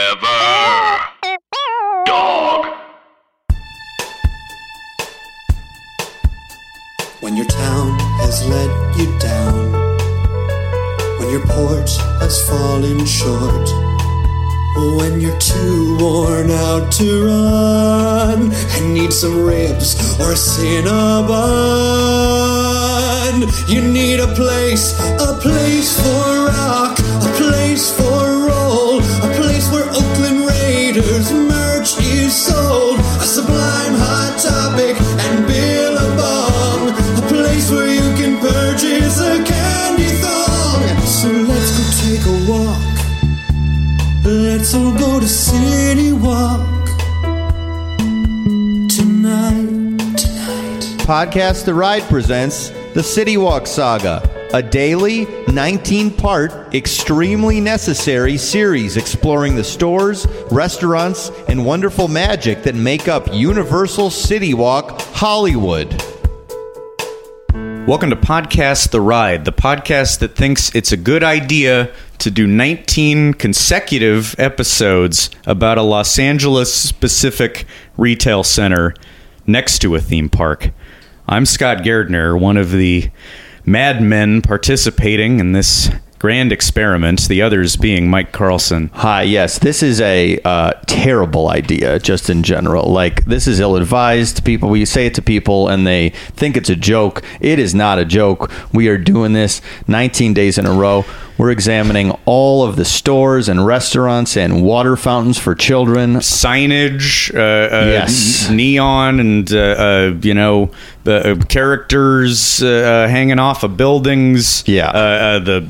Forever. Dog. When your town has let you down, when your porch has fallen short, when you're too worn out to run and need some ribs or a cinnabon, you need a place, a place for rock, a place for roll, a place where Oakland Raiders merch is sold, a sublime hot topic and Billabong, a place where you can purchase a candy thong. So let's go take a walk. Let's all go to City Walk tonight. Tonight. Podcast The Ride presents The City Walk Saga, a daily, 19 part, extremely necessary series exploring the stores, restaurants, and wonderful magic that make up Universal City Walk Hollywood. Welcome to Podcast The Ride, the podcast that thinks it's a good idea to do 19 consecutive episodes about a Los Angeles specific retail center next to a theme park. I'm Scott Gardner, one of the madmen participating in this grand experiment, the others being Mike Carlson. Hi, yes, this is a uh, terrible idea, just in general. Like, this is ill advised. People, we say it to people and they think it's a joke. It is not a joke. We are doing this 19 days in a row. We're examining all of the stores and restaurants and water fountains for children. signage, uh, uh, Yes. n- neon, and uh, uh, you know the uh, characters uh, uh, hanging off of buildings. Yeah. uh, uh, the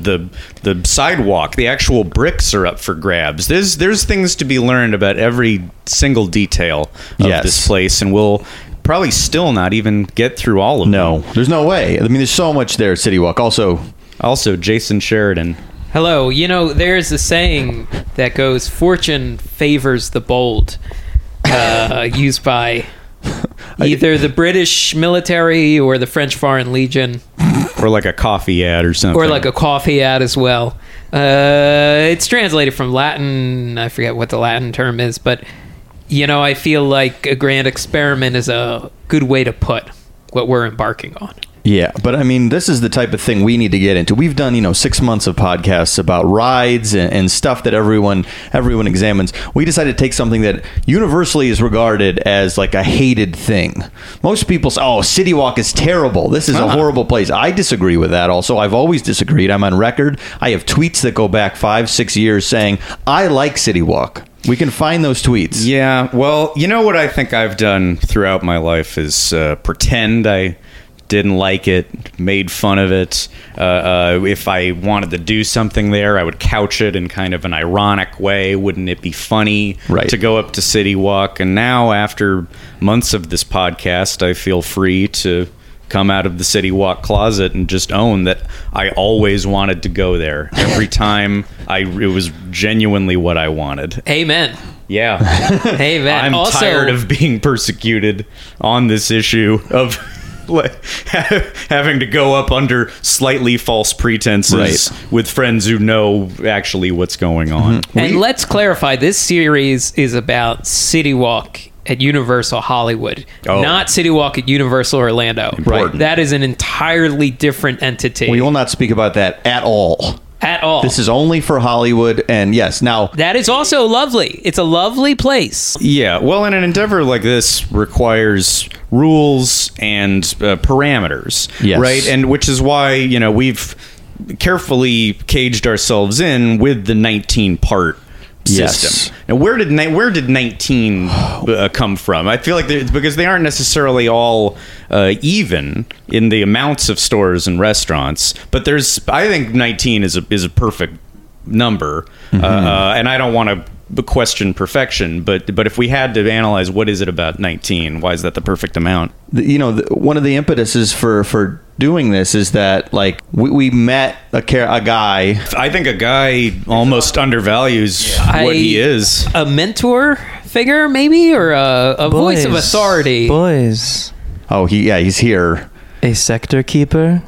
the the sidewalk, the actual bricks are up for grabs. There's there's things to be learned about every single detail of Yes. this place, and we'll probably still not even get through all of them. No, there's no way. I mean, there's so much there at City Walk. Also, Also, Jason Sheridan. Hello. You know, there is a saying that goes, "Fortune favors the bold," uh, used by either the British military or the French Foreign Legion, Or like a coffee ad or something. or like a coffee ad as well. Uh, it's translated from Latin. I forget what the Latin term is, but you know, I feel like a grand experiment is a good way to put what we're embarking on. Yeah, but I mean, this is the type of thing we need to get into. We've done, you know, six months of podcasts about rides and, and stuff that everyone everyone examines. We decided to take something that universally is regarded as like a hated thing. Most people say, "Oh, City Walk is terrible. This is a horrible place." I disagree with that. Also, I've always disagreed. I'm on record. I have tweets that go back five, six years saying I like City Walk. We can find those tweets. Yeah, well, you know what I think I've done throughout my life is uh, pretend I didn't like it, made fun of it. Uh, uh, if I wanted to do something there, I would couch it in kind of an ironic way. Wouldn't it be funny Right. to go up to City Walk? And now, after months of this podcast, I feel free to come out of the City Walk closet and just own that I always wanted to go there. Every time, I it was genuinely what I wanted. Amen. Yeah. Amen. I'm also, tired of being persecuted on this issue of like, having to go up under slightly false pretenses with friends who know actually what's going on. And let's clarify this series is about City Walk at Universal Hollywood, Oh. not City Walk at Universal Orlando. Important. That is an entirely different entity We will not speak about that at all. at all. This is only for Hollywood and yes, now that is also lovely. It's a lovely place. Yeah, well, in an endeavor like this requires rules and uh, parameters, Yes. right? And which is why you know we've carefully caged ourselves in with the 19 part Yes. system. Now, where did ni- where did 19 uh, come from? I feel like they- because they aren't necessarily all uh, even in the amounts of stores and restaurants, but there's I think 19 is a is a perfect number, uh, and I don't want to question perfection, but but if we had to analyze what is it about 19, why is that the perfect amount? the- you know, the, one of the impetuses for for doing this is that like we, we met a car- a guy. I think a guy almost undervalues what he I- is. A mentor figure, maybe, or a, a voice of authority. Boys. Oh, he yeah, he's here. A sector keeper.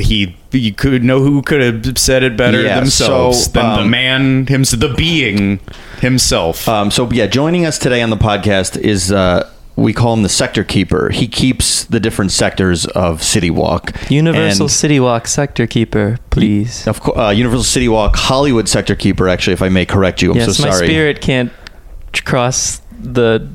he you could know who could have said it better Yeah, themselves so, than the um, man himself the being himself. Um, so yeah, joining us today on the podcast is uh, we call him the sector keeper. He keeps the different sectors of City Walk, Universal And- City Walk sector keeper, please. of course, uh, Universal City Walk, Hollywood sector keeper. Actually, if I may correct you, I'm yes, so my sorry. spirit can't tr- cross the,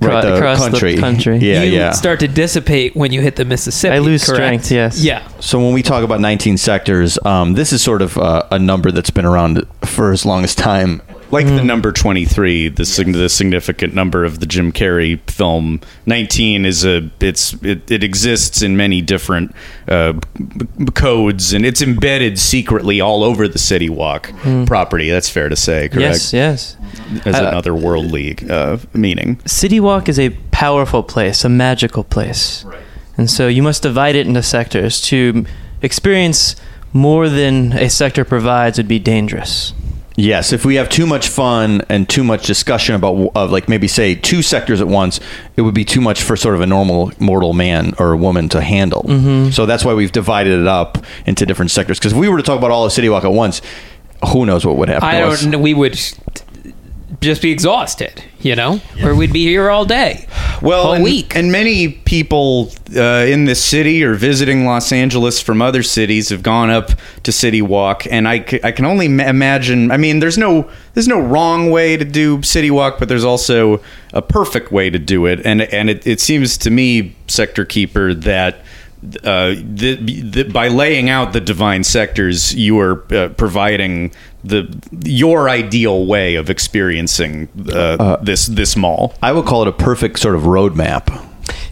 Right, the cross country. the country. Yeah, you yeah. start to dissipate when you hit the Mississippi. I lose correct? strength, yes. Yeah. So when we talk about 19 sectors, um, this is sort of uh, a number that's been around for as long as time. like Hmm. the number 23 the, sig- the significant number of the jim carrey film 19 is a it's it, it exists in many different uh, b- b- codes and it's embedded secretly all over the city walk property that's fair to say correct Hmm. Yes, yes. as Uh, another worldly uh, meaning City Walk is a powerful place, a magical place. Right. And so you must divide it into sectors. To experience more than a sector provides would be dangerous. Yes, if we have too much fun and too much discussion about of like maybe say two sectors at once, it would be too much for sort of a normal mortal man or woman to handle. Mm-hmm. So that's why we've divided it up into different sectors. Because if we were to talk about all of City Walk at once, who knows what would happen? I to don't us. know. We would just be exhausted, you know? Or we'd be here all day. well all and, week. and many people uh, in this city or visiting los angeles from other cities have gone up to city walk and i, c- I can only ma- imagine i mean there's no there's no wrong way to do city walk but there's also a perfect way to do it and and it, it seems to me sector keeper that uh, the, the, by laying out the divine sectors, you are uh, providing the your ideal way of experiencing uh, this this mall. I would call it a perfect sort of roadmap.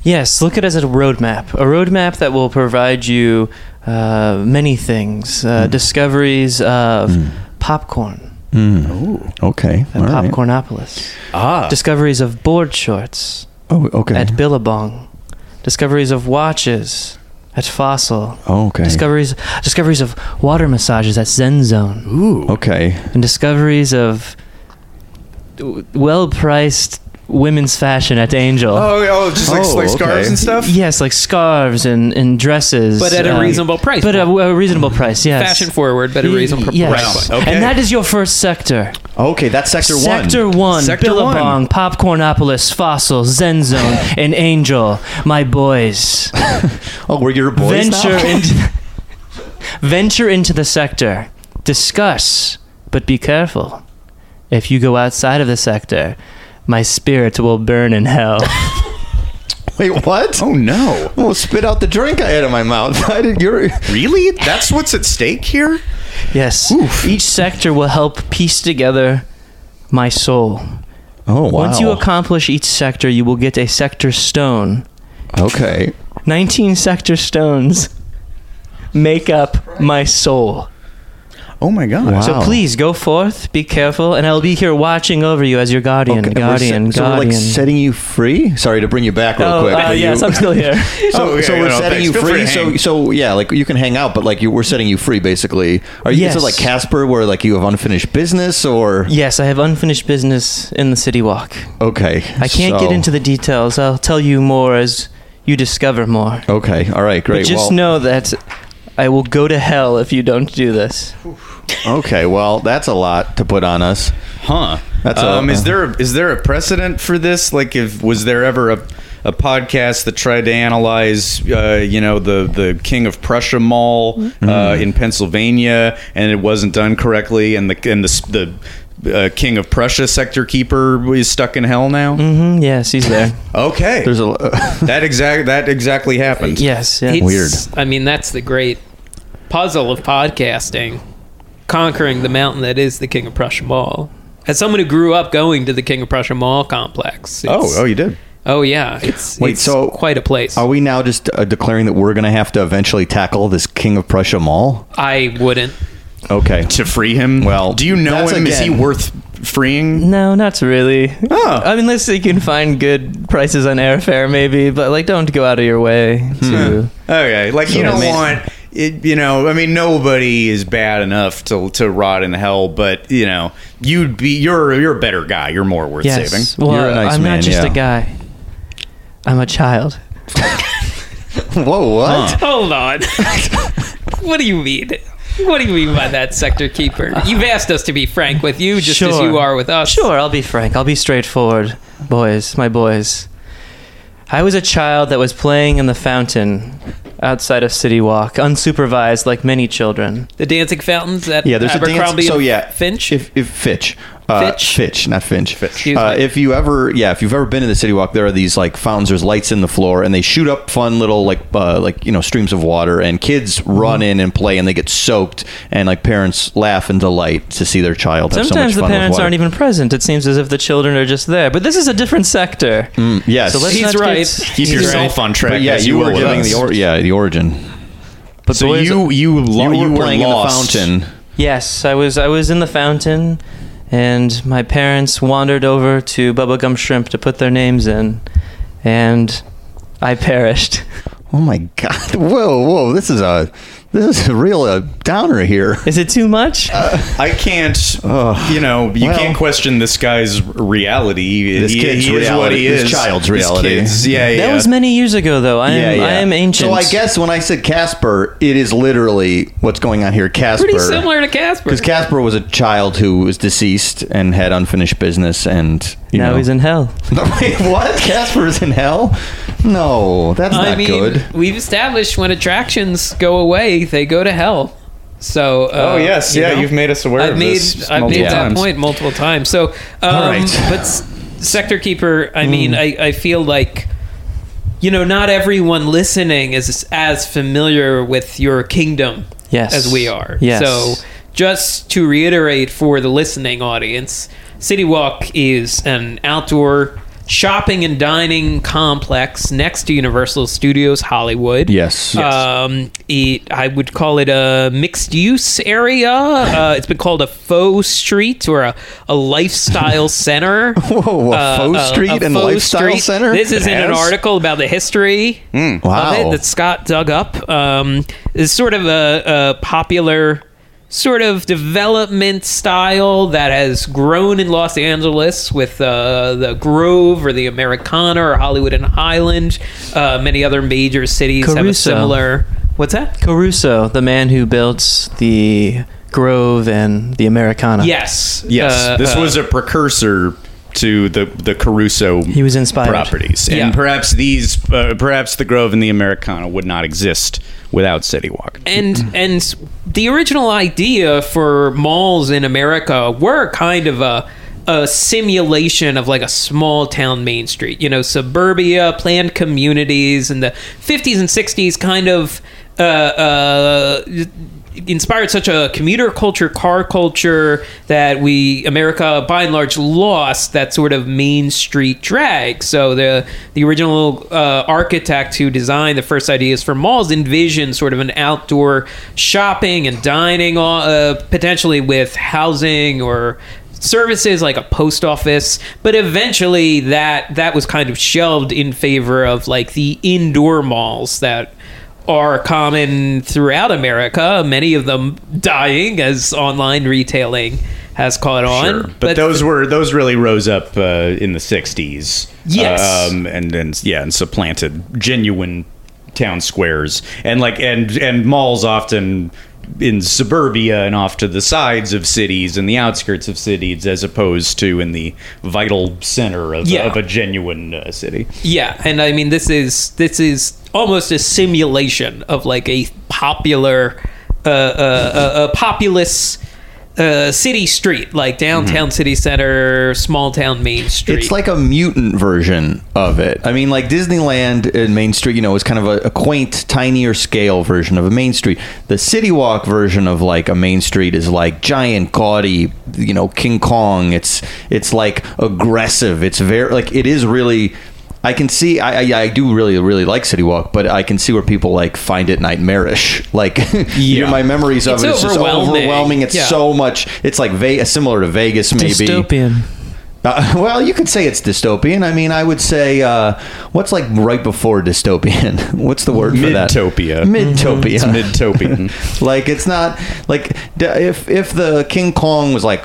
Yes, look at it as a roadmap. A roadmap that will provide you uh, many things, uh, Mm. discoveries of popcorn, Okay, at Mm. all right. Popcornopolis, Ah, discoveries of board shorts Oh, okay. at Billabong, discoveries of watches at Fossil, oh, okay. discoveries discoveries of water massages at Zen Zone, Okay. and discoveries of well priced women's fashion at Angel. Oh, oh, just like, Oh, like scarves okay. and stuff. Yes, like scarves and, and dresses, But at a um, reasonable price. But a, a reasonable price, yes. Fashion forward, but a reasonable Yes. price. Right on. Okay. And that is your first sector. Okay, that's sector, sector one. one, Sector one. Billabong, Popcornopolis, Fossil, Zen Zone, and Angel, my boys. Oh, we're your boys now? venture into venture into the sector. Discuss, but be careful. If you go outside of the sector, my spirit will burn in hell. Wait, what? Oh no! Well, spit out the drink I had in my mouth. I did. You're. Really? That's what's at stake here? yes. Each sector will help piece together my soul. Oh wow. Once you accomplish each sector, you will get a sector stone. okay. 19 sector stones make up my soul. Oh my god! Wow. So please go forth, be careful, and I'll be here watching over you as your guardian, Okay, and we're guardian, set- so we're, guardian. like setting you free. Sorry to bring you back real oh, quick. uh, but you- yes, I'm still here. so, Oh, yeah, so yeah, we're no, setting thanks. you Feel free free. to So hang. so yeah, like you can hang out, but like you, we're setting you free basically. Are you is it Yes. like Casper, where like you have unfinished business, or yes, I have unfinished business in the city walk. okay? I can't get so- into the details. I'll tell you more as you discover more. Okay, all right, But great. just well, know that I will go to hell if you don't do this. okay, well that's a lot to put on us. Huh? That's a- um, is there a, is there a precedent for this? Like, if was there ever a a podcast that tried to analyze, uh, you know, the the King of Prussia Mall uh, in Pennsylvania, and it wasn't done correctly, and the and the s- the uh, King of Prussia sector keeper is stuck in hell now. Mm, yes, he's there. Okay, There's a. that exact that exactly happened. yes, yeah. It's- Weird. I mean, that's the great puzzle of podcasting conquering the mountain that is the King of Prussia Mall. As someone who grew up going to the King of Prussia Mall complex, Oh, oh, you did. oh yeah, it's Wait, it's so- quite a place. are we now just uh, declaring that we're going to have to eventually tackle this King of Prussia Mall? I wouldn't. Okay. to free him. Well, do you know that's him? Is he again- worth freeing? No, not really. Oh. I mean, unless you can find good prices on airfare, maybe. But like, don't go out of your way Hmm. to. Okay, like you So don't amazing. want it, you know. I mean, nobody is bad enough to to rot in hell, but you know, you'd be you're you're a better guy. You're more worth saving. Yes. Well, You're a nice I'm man, not just yeah. a guy. I'm a child. uh, Whoa, what? Hold on. what do you mean? What do you mean by that, sector keeper? You've asked us to be frank with you, just as Sure. you are with us. Sure, I'll be frank. I'll be straightforward. Boys, my boys. I was a child that was playing in the fountain outside of City Walk, unsupervised like many children. The dancing fountains at Yeah, there's a Abercrombie dance. So and yeah, Finch. If, if Fitch, uh, Fitch? Fitch, not Finch. Excuse Uh, me. if you ever, yeah, if you've ever been to the City Walk, there are these like fountains. There's lights in the floor, and they shoot up fun little like uh, like you know streams of water, and kids run in and play, and they get soaked, and like parents laugh in delight to see their child. have so much Sometimes the fun with parents water. aren't even present. It seems as if the children are just there. But this is a different sector. Mm, yes, So let's He's not right. get- Keep He's yourself right. on track. But yeah, as you, will were with giving us. the or- yeah the origin. But So boys- you you lo- you, were you were playing lost. in the fountain. Yes, I was. I was in the fountain, and my parents wandered over to Bubblegum Shrimp to put their names in, and I perished. Oh my god! Whoa, whoa! This is a this is a real uh, downer here. Is it too much? Uh, I can't. Ugh. you know, you Well. can't question this guy's reality. This he, kid's he is what reality. he This is. child's reality. kid's- yeah, yeah. That was many years ago, though. I am. I am ancient. So I guess when I said Casper, it is literally what's going on here. Casper, Pretty similar to Casper. Because Casper was a child who was deceased and had unfinished business, and you now know. he's in hell. Wait, what? Casper is in hell? No, that's I not mean, good. we've established when attractions go away, they go to hell. So, uh, Oh yes, you yeah. know, You've made us aware I've of made this. I've multiple made that times. point multiple times. So, um, All right. Hmm. but s- sector keeper, I mean, I, I feel like you know, not everyone listening is as familiar with your kingdom Yes. as we are. Yes. So, just to reiterate for the listening audience, City Walk is an outdoor shopping and dining complex next to Universal Studios Hollywood. Yes. Yes. Um, it, I would call it a mixed use area. Uh, it's been called a faux street or a, a lifestyle center. Whoa, a Oh, uh, faux street and lifestyle center? Hmm. This is It in an has? article about the history Wow. of it that Scott dug up. Um, is sort of a, a popular sort of development style that has grown in Los Angeles with uh, the Grove or the Americana or Hollywood and Highland. Uh, many other major cities have a Caruso. similar. What's that? Caruso, the man who built the Grove and the Americana. Yes. Yes, Uh, this uh, was a precursor to the the Caruso. He was inspired. properties, and Yeah. perhaps these, uh, perhaps the Grove and the Americana would not exist without City Walk. and and the original idea for malls in America were kind of a a simulation of like a small town main street, you know, suburbia, planned communities, and the 50s and 60s kind of uh, uh, inspired such a commuter culture, car culture that we America by and large lost that sort of main street drag. So the the original uh, architect who designed the first ideas for malls envisioned sort of an outdoor shopping and dining, uh, potentially with housing or services like a post office but eventually that that was kind of shelved in favor of like the indoor malls that are common throughout America, many of them dying as online retailing has caught on. Sure. But, those were those really rose up uh, in the '60s. Yes. um, and then yeah, and supplanted genuine town squares and like and and malls often in suburbia and off to the sides of cities and the outskirts of cities as opposed to in the vital center of, Yeah. of a genuine uh, city yeah, and I mean this is this is almost a simulation of like a popular uh, uh, a, a populous uh, city street, like downtown Mm-hmm. city center, small town main street. It's like a mutant version of it. I mean, like Disneyland and Main Street, you know, is kind of a, a quaint, tinier scale version of a Main Street. The City Walk version of like a Main Street is like giant, gaudy, you know, King Kong. It's it's like aggressive. It's very like it is really. I can see. I, I I do really really like City Walk, but I can see where people like find it nightmarish. Like you know, my memories of It's it is just overwhelming. overwhelming. It's Yeah. so much. It's like ve- similar to Vegas, maybe Dystopian. uh, well, you could say it's dystopian. I mean, I would say uh, what's like right before dystopian. what's the word for that? Midtopia. Midtopia. it's midtopian like it's not like d- if if the King Kong was like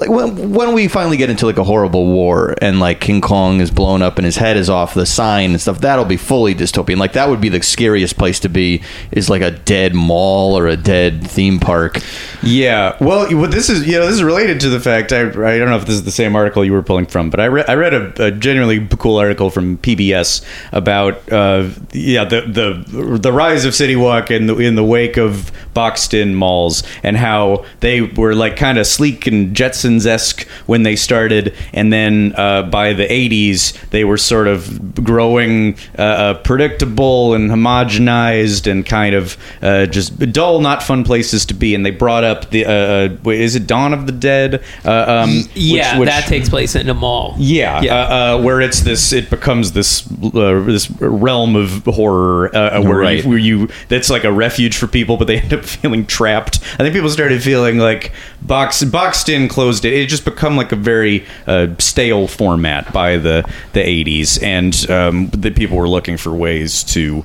like when when we finally get into like a horrible war and like King Kong is blown up and his head is off the sign and stuff, that'll be fully dystopian. Like that would be the scariest place to be is like a dead mall or a dead theme park. Yeah. Well, you- well, this is you know this is related to the fact I I don't know if this is the same article you were pulling from, but I re- I read a, a genuinely cool article from PBS about uh yeah the the the rise of City Walk in the in the wake of boxed in malls and how they were like kind of sleek and Jetsons esque when they started, and then uh, by the '80s they were sort of growing uh, uh, predictable and homogenized and kind of uh, just dull, not fun places to be. And they brought up the uh, uh, wait, is it Dawn of the Dead? Uh, um, yeah, which- which- that takes place in a mall. yeah, Uh, uh, where it's this, it becomes this uh, this realm of horror uh, uh, where, Right. you, where you that's like a refuge for people, but they end up feeling trapped. I think people started feeling like box boxed in, closed in. It just become like a very uh, stale format by the the eighties, and um, the people were looking for ways to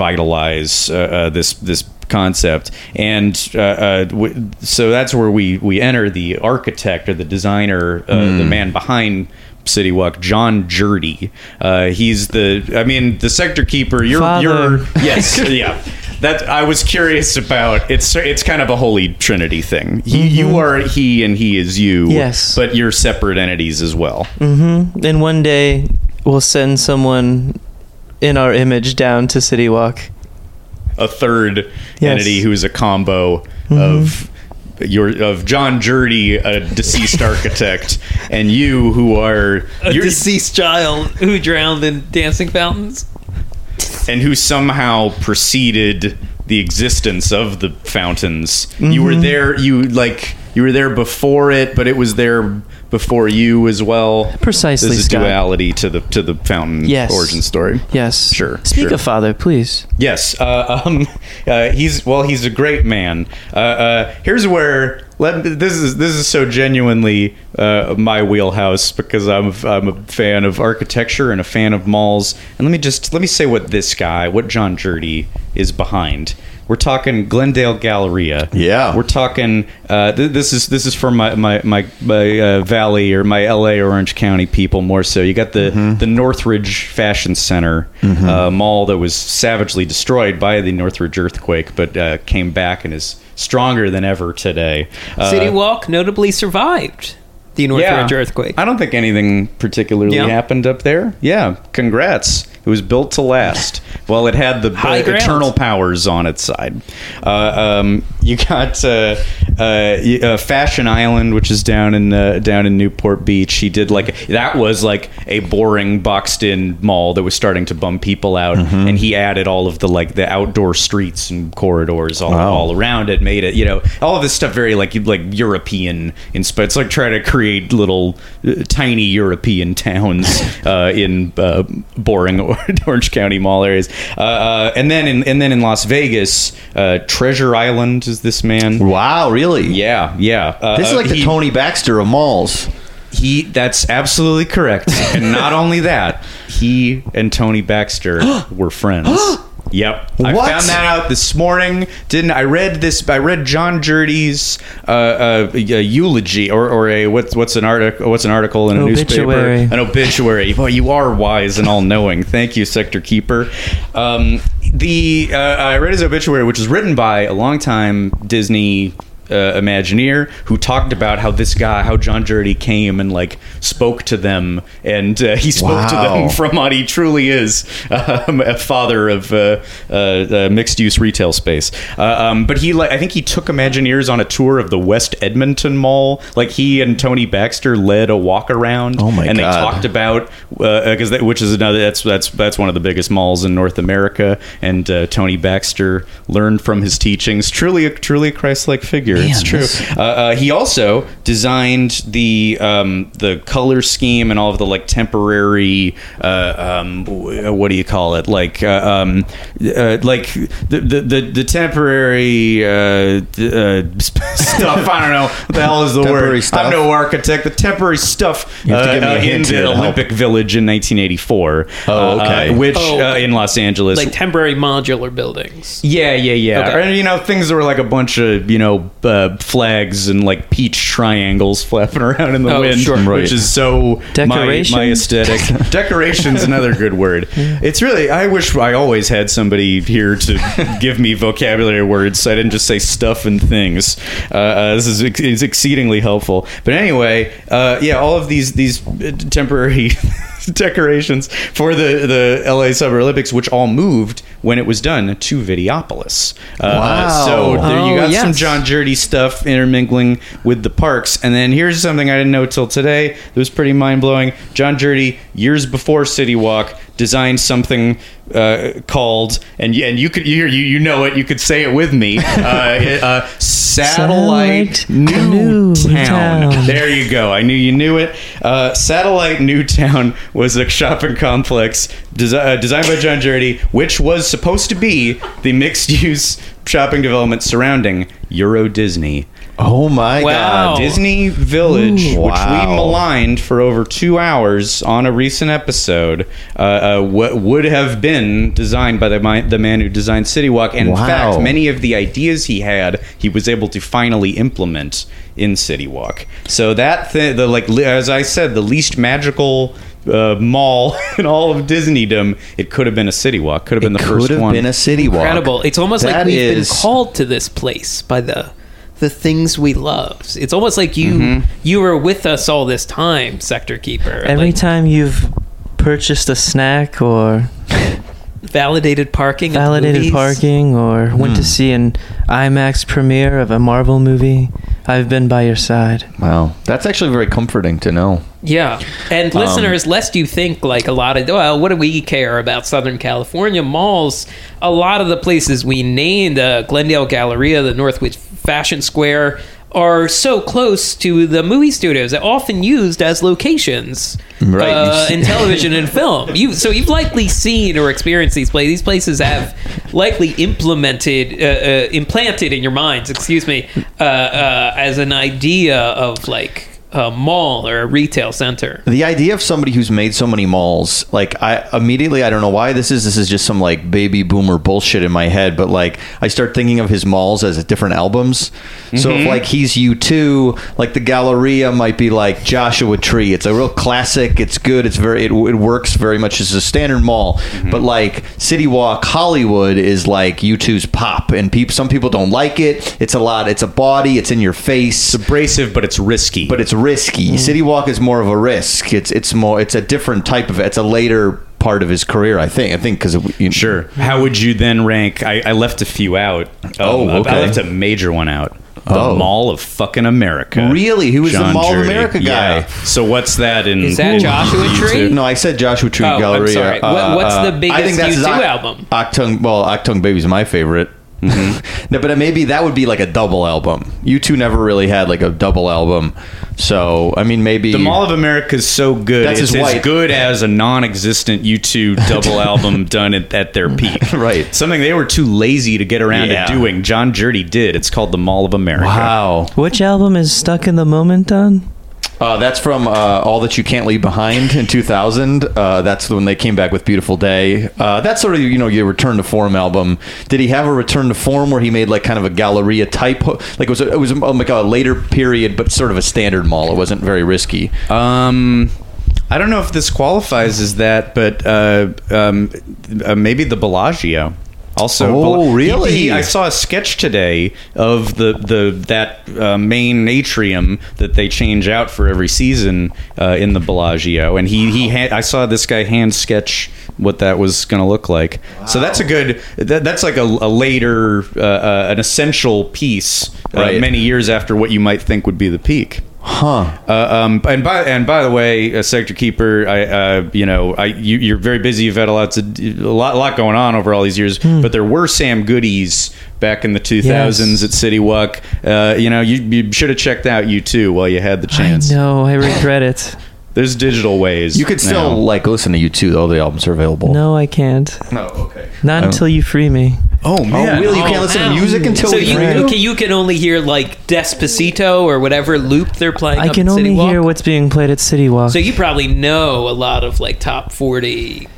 revitalize uh, uh, this this concept and uh, uh, w- so that's where we we enter the architect or the designer uh, the man behind city walk john jurdy uh, he's the i mean the sector keeper you're Father. you're yes yeah that i was curious about it's it's kind of a holy trinity thing he, you are he and he is you Mm-hmm. Yes. Mm. but you're separate entities as well Then one day we'll send someone in our image down to City Walk. a third Yes. Mm-hmm. entity who is a combo of your of John Jurdy, a deceased architect, and you who are A you're- deceased child who drowned in dancing fountains. and who somehow preceded the existence of the fountains. You Mm-hmm. were there. You like you were there before it, but it was there before you as well. Precisely, There's a Scott. duality to the to the fountain Yes. origin story. Yes. Sure, Speak sure. of Father, please. Yes, uh, um, uh, he's well. He's a great man. Uh, uh, here's where let, this is. This is so genuinely uh, my wheelhouse because I'm I'm a fan of architecture and a fan of malls. And let me just let me say what this guy, what John Jurdy is behind. We're talking Glendale Galleria. Yeah. we're talking. Uh, th- this is this is for my my my, my uh, Valley or my L.A. Orange County people more so. You got the the Northridge Fashion Center uh, mall that was savagely destroyed by the Northridge earthquake, but uh, came back and is stronger than ever today. Uh, City Walk notably survived the Northridge earthquake. I don't think anything particularly Yeah. happened up there. Yeah, congrats. It was built to last. Well, it had the High uh, ground. eternal powers on its side. Uh, um, you got uh, uh, y- uh, Fashion Island, which is down in uh, down in Newport Beach. He did like that was like a boring boxed in mall that was starting to bum people out, Mm-hmm. and he added all of the like the outdoor streets and corridors all, Wow. all around it, made it you know all of this stuff very like like European inspired. It's like trying to create little uh, tiny European towns uh, in uh, boring Orange County mall areas, uh, uh, and then in and then in Las Vegas, uh, Treasure Island is this man. Wow, really? Yeah, yeah. Uh, This is like uh, the he- Tony Baxter of malls. He that's absolutely correct. and not only that, he and Tony Baxter were friends. Yep, I What? found that out this morning. Didn't I read this? I read John Jurdy's uh, uh, a eulogy or, or a what's what's an article? What's an article in a Obituary. newspaper? An obituary. Boy, you are wise and all knowing. Thank you, Sector Keeper. Um, the uh, I read his obituary, which was written by a longtime Disney. Uh, Imagineer who talked about how this guy, how John Jurdy came and like spoke to them, and uh, he spoke to Wow. them from what he truly is um, a father of uh, uh, uh, mixed use retail space. Uh, um, but he, like, I think he took Imagineers on a tour of the West Edmonton Mall. Like he and Tony Baxter led a walk around. Oh my And they God. talked about because that which is another that's that's that's one of the biggest malls in North America. And uh, Tony Baxter learned from his teachings. Truly, a, truly a Christ-like figure. it's true. Uh, uh, he also designed the um, the color scheme and all of the like temporary uh, um, w- what do you call it like uh, um, uh, like the the the, the temporary uh, d- uh, stuff. I don't know what the hell is the Temporary word. stuff? I'm no architect. The temporary stuff have to uh, give me a uh, in hint here the to help. Olympic Village in 1984. Oh, okay. uh, which Oh. uh, in Los Angeles. like temporary modular buildings. yeah, yeah, yeah. Okay. Or, you know, things that were like a bunch of, you know, uh, uh, flags and like peach triangles flapping around in the Oh, wind, sure. Right. which is so my, Decorations? my aesthetic. Decoration's another good word. It's really. I wish I always had somebody here to give me vocabulary words, so I didn't just say stuff and things. Uh, uh, this is, ex- is exceedingly helpful. But anyway, uh, yeah, all of these these uh, temporary. decorations for the the LA Summer Olympics which all moved when it was done to Videopolis. Uh, Wow. so there you Oh, got some yes. John Dirty stuff intermingling with the parks. And then here's something I didn't know till today that was pretty mind blowing. John Dirty, years before City Walk, designed something uh, called and and you could you you know it. You could say it with me. Uh, uh, satellite, Satellite New, Town. Newtown. There you go. I knew you knew it. Uh, satellite Newtown was a shopping complex desi- uh, designed by John Dirty, which was supposed to be the mixed-use shopping development surrounding Euro Disney. Oh my Wow. god. Uh, Disney Village, which Wow. we maligned for over two hours on a recent episode, uh, uh, what would have been designed by the, mi- the man who designed City Walk. And Wow. in fact, many of the ideas he had, he was able to finally implement in City Walk. So that thi- the like, li- as I said, the least magical. Uh, mall in all of Disneydom, it could have been a City Walk. Could have been the Could first have one. been a city walk. Incredible. It's almost like That we've is- been called to this place by the the things we love. It's almost like you Mm-hmm. you were with us all this time, sector keeper. Every like time you've purchased a snack or validated parking. at the validated movies. Hmm. parking or went to see an IMAX premiere of a Marvel movie, I've been by your side. Wow. That's actually very comforting to know. Yeah. And listeners, lest you think like a lot of, well, what do we care about Southern California malls? A lot of the places we named, uh, Glendale Galleria, the Northwood Fashion Square, are so close to the movie studios. They're often used as locations Right. uh, in television and film. You So you've likely seen or experienced these places. These places have likely implemented, uh, uh, implanted in your minds, excuse me, uh, uh, as an idea of like, a mall or a retail center. The idea of somebody who's made so many malls, like I immediately, I don't know why this is. This is just some like baby boomer bullshit in my head. But like, I start thinking of his malls as different albums. So if like he's U two, like the Galleria might be like Joshua Tree. It's a real classic. It's good. It's very. It, it works very much as a standard mall. But like City Walk Hollywood is like U2's pop, and peop, some people don't like it. It's a lot. It's a body. It's in your face It's abrasive, but it's risky. but it's risky. City Walk is more of a risk. It's it's more it's a different type of it's a later part of his career, I think. I think because Sure. How would you then rank? I, I left a few out. Um, Oh, I- okay. I left a major one out. The Oh. Mall of fucking America. Really? He was the Mall of Jurdy. America guy. So what's that in? Is that in Joshua YouTube? Tree? No, I said Joshua Uh, Tree Oh, I'm Galleria. sorry. What- what's the biggest his U2 Oc- album? Octung. Well, Octung Baby's my favorite. no, but maybe that would be like a double album. You two never really had like a double album, so I mean maybe The Mall of America is so good. That's it's his as wife. good as a non-existent U2 double album done at, at their peak. Right. Something they were too lazy to get around Yeah. to doing. John Jurdy did. It's called The Mall of America. Wow, Which album is Stuck in the Moment on? uh, that's from uh, All That You Can't Leave Behind in 2000. Uh, that's when they came back with Beautiful Day. Uh, that's sort of you know your return to form album. Did he have a return to form where he made like kind of a Galleria type, ho- like it was a, it was um, like a later period, but sort of a standard mall. It wasn't very risky. Um, I don't know if this qualifies as that, but uh, um, uh, maybe the Bellagio. Also, Oh, Bella- really? he- he- I saw a sketch today of the the that uh, main atrium that they change out for every season uh, in the Bellagio, and he he had, I saw this guy hand sketch what that was going to look like. So that's a good that, that's like a, a later uh, uh, an essential piece uh, Right. many years after what you might think would be the peak. Huh. Uh, um, and by and by the way, uh, sector keeper, I uh, you know I you, you're very busy. You've had a lot to, a lot lot going on over all these years. But there were Sam Goodies back in the 2000s Hmm. Yes. at City Walk. Uh, you know you, you should have checked out you too while you had the chance. No, I regret it. There's digital ways. You could still now. like listen to you too. All the albums are available. No, I can't. No, okay. Not until you free me. Oh man. really? You can't listen to music until Oh. so we you, break? you can, you can only hear like Despacito or whatever loop they're playing. I up can at City only Walk. hear what's being played at City Walk. So you probably know a lot of like top forty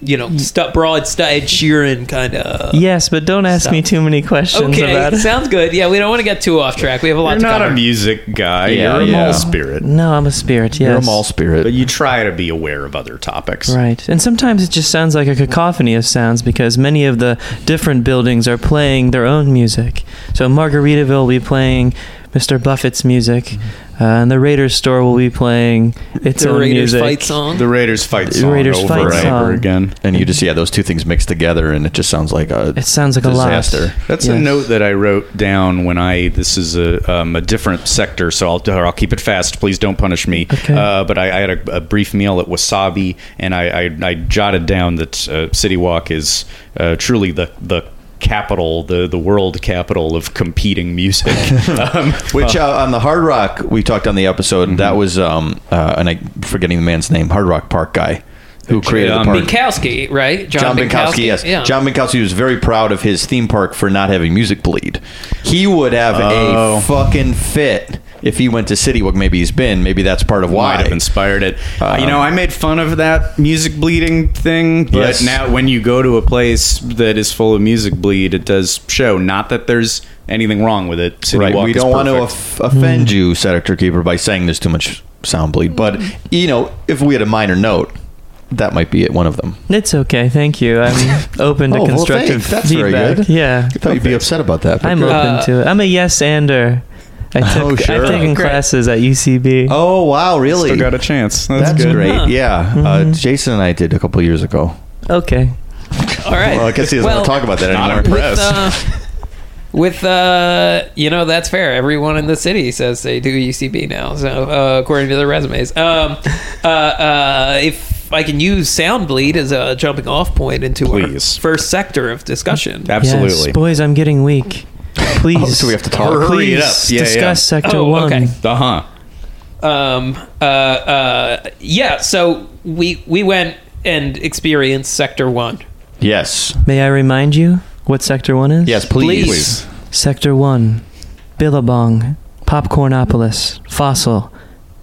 you know, Mm. stu- broad stu- Ed Sheeran kind of. yes, but don't ask Stop. me too many questions about Okay, it. sounds good. Yeah, we don't want to get too off track. We have a lot You're to not cover. a music guy. Yeah, You're a yeah. mall spirit. No, I'm a spirit. Yes, You're a mall spirit. But you try to be aware of other topics. Right. And sometimes it just sounds like a cacophony of sounds because many of the different buildings are playing their own music. So Margaritaville will be playing Mr. Buffett's music, Mm-hmm. uh, and the Raiders store will be playing its the own Raiders music. fight song. The Raiders fight The song Raiders over fight and song. over again. and you just yeah, those two things mixed together, and it just sounds like a It sounds like a Disaster. lot. That's a Yes. note that I wrote down when I. This is a um, a different sector, so I'll or I'll keep it fast. Please don't punish me. Okay. Uh, but I, I had a, a brief meal at Wasabi, and I I, I jotted down that uh, City Walk is uh, truly the the capital, the the world capital of competing music. um, Which uh, on the Hard Rock we talked on the episode that Mm-hmm. was um uh, and I forgetting the man's name Hard Rock Park guy who created the um, park. Binkowski, right? John Binkowski, yes. Yeah. John Binkowski was very proud of his theme park for not having music bleed. He would have a Oh. fucking fit if he went to City Walk. Maybe he's been. Maybe that's part of why. might have inspired it. Uh, you know, I made fun of that music bleeding thing, but Yes. now when you go to a place that is full of music bleed, it does show. Not that there's anything wrong with it. City right. Walk we is don't want to perfect. off- offend you, Sector Keeper, by saying there's too much sound bleed. But you know, if we had a minor note, that might be it. One of them. It's okay. Thank you. I'm open to Oh, well, constructive thanks. That's very feedback. good. Yeah. I thought you'd be upset about that. but I'm good. open Uh, to it. I'm a yes ander. I took, Oh, sure. I've taken Oh, great. classes at UCB. oh wow, really? Still got a chance. That's, that's good. great. Huh. Mm-hmm. Yeah, uh, Jason and I did a couple years ago. Okay. All right. Well, I guess he doesn't Well, want to talk about that Not anymore. with, uh, with uh, you know that's fair. Everyone in the city says they do UCB now, so uh, according to their resumes. Um, uh, uh, if I can use sound bleed as a jumping off point into Please. our first sector of discussion. Absolutely. Yes, boys, I'm getting weak. Please. Oh, so we have to talk. Hurry Please it up. Yeah, discuss yeah. sector Oh, one. okay. Uh huh. um, uh, uh, yeah. So we we went and experienced sector one. yes, May I remind you what sector one is? yes, please. Please. Sector one: Billabong, Popcornopolis, Fossil,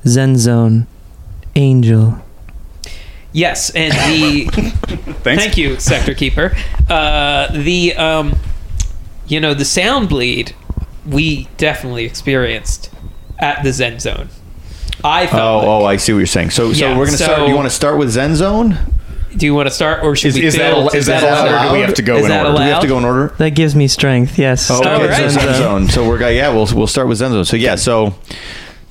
Zen Zone, Angel. Yes, and the Thanks. Thank you, Sector Keeper. Uh, the um, you know the sound bleed we definitely experienced at the Zen Zone. I felt. Oh, like- oh, I see what you're saying. So, so Yeah, we're gonna start. Do so- you want to start with Zen Zone? Do you want to start, or should Is, we? is that, build al- to is that Zen allowed, Zone? or do we have to go Is in that order? Do we have Allowed? to go in order? That gives me strength. Yes. Oh, Start okay. All right. with So Zen Zen Zone. Zone. So we're yeah, we'll we'll start with Zen Zone. So yeah, so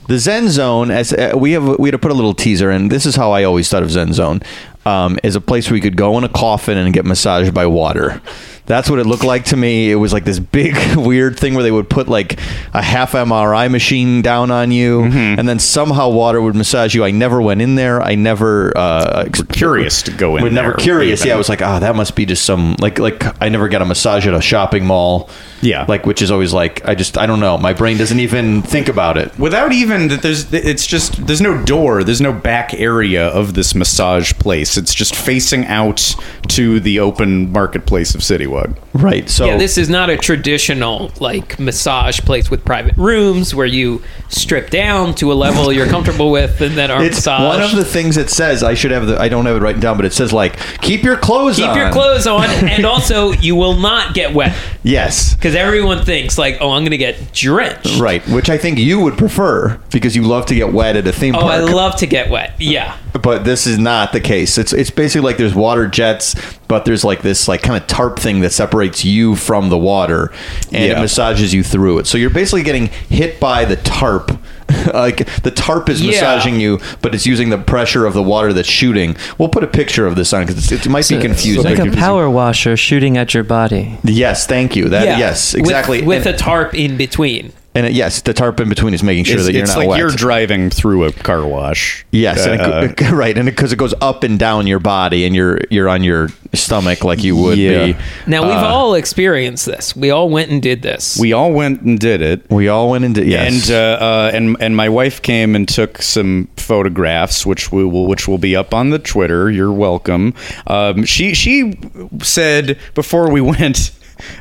the Zen Zone as uh, we have we had to put a little teaser, and this is how I always thought of Zen Zone um, as a place where you could go in a coffin and get massaged by water. That's what it looked like to me. It was like this big weird thing where they would put like a half MRI machine down on you, and then somehow water would massage you. I never went in there. I never uh, ex- curious to go in We're never there, curious. even. Yeah, I was like, ah, that must be just some like like I never got a massage at a shopping mall. Yeah. like which is always like I just I don't know. My brain doesn't even think about it. without even that there's it's just there's no door there's no back area of this massage place it's just facing out to the open marketplace of citywalk Right. So Yeah, this is not a traditional like massage place with private rooms where you strip down to a level you're comfortable with and then are it's massaged. one of the things it says. I should have the I don't have it written down, but it says like keep your clothes Keep on. your clothes on, and also you will not get wet Yes. because everyone thinks like, "Oh, I'm going to get drenched." Right, which I think you would prefer because you love to get wet at a theme Oh, park. I love to get wet. Yeah. but this is not the case. It's it's basically like there's water jets, but there's like this like kind of tarp thing that separates you from the water, and it Yeah. massages you through it. So you're basically getting hit by the tarp. like the tarp is Yeah. massaging you, but it's using the pressure of the water that's shooting. We'll put a picture of this on because it might be confusing. Like a power washer shooting at your body. yes, thank you. That yes, With- exactly. With, and, a tarp in between. and it- yes, the tarp in between is making sure it's, that you're it's not like wet. you're driving through a car wash Yes, and Uh, it, go- right, and because it, goes up and down your body, and you're you're on your stomach like you would Yeah. be. Now we've Uh, all experienced this. We all went and did this. we all went and did it We all went into yes, And uh, uh, and and my wife came and took some photographs, which we will which will be up on the Twitter. You're welcome. Um, she she said before we went.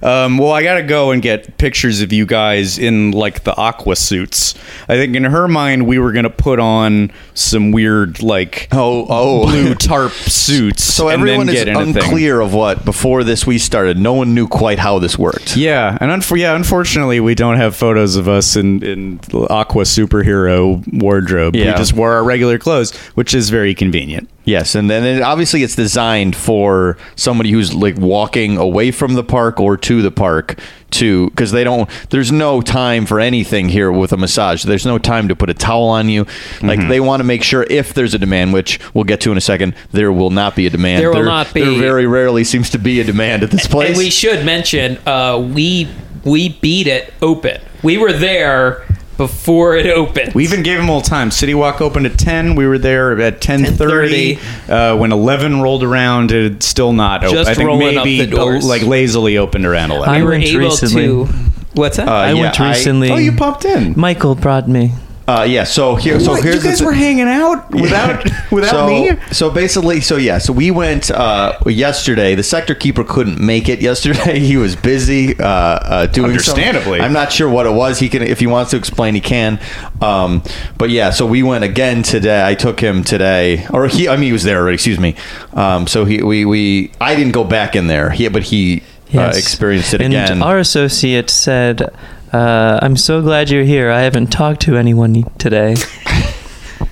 Um, well, I gotta go and get pictures of you guys in like the aqua suits. I think in her mind we were gonna put on some weird like Oh, oh. blue tarp suits. So and everyone then is get in a thing. unclear of what before this we started. No one knew quite how this worked. Yeah, and unf- yeah, unfortunately, we don't have photos of us in in aqua superhero wardrobe. Yeah. We just wore our regular clothes, which is very convenient. Yes, and then it, obviously it's designed for somebody who's like walking away from the park or to the park to because they don't. There's no time for anything here with a massage. There's no time to put a towel on you. Like they want to make sure if there's a demand, which we'll get to in a second, there will not be a demand. There will not be. There very rarely seems to be a demand at this place. And we should mention uh, we we beat it open. We were there before it opened. We even gave them a little time. City Walk opened at ten. We were there at ten thirty. Uh, when eleven rolled around, it still not open. Just I think rolling up maybe the doors. like lazily opened around eleven. we I were went able recently. to. What's that? Uh, I yeah, went I- recently. oh, you popped in. Michael brought me. uh, yeah. So here, so What? here's you the guys thi- were hanging out without without so, me. So basically, so yeah, so we went uh, yesterday. The sector keeper couldn't make it yesterday. He was busy uh, uh, doing. something. Understandably. I'm not sure what it was. He can, if he wants to explain, he can. Um, but yeah, so we went again today. I took him today, or he. I mean, he was there already. Excuse me. Um, so he, we, we, I didn't go back in there. He, but he. Uh, experienced it and again. Our associate said, uh, "I'm so glad you're here. I haven't talked to anyone today."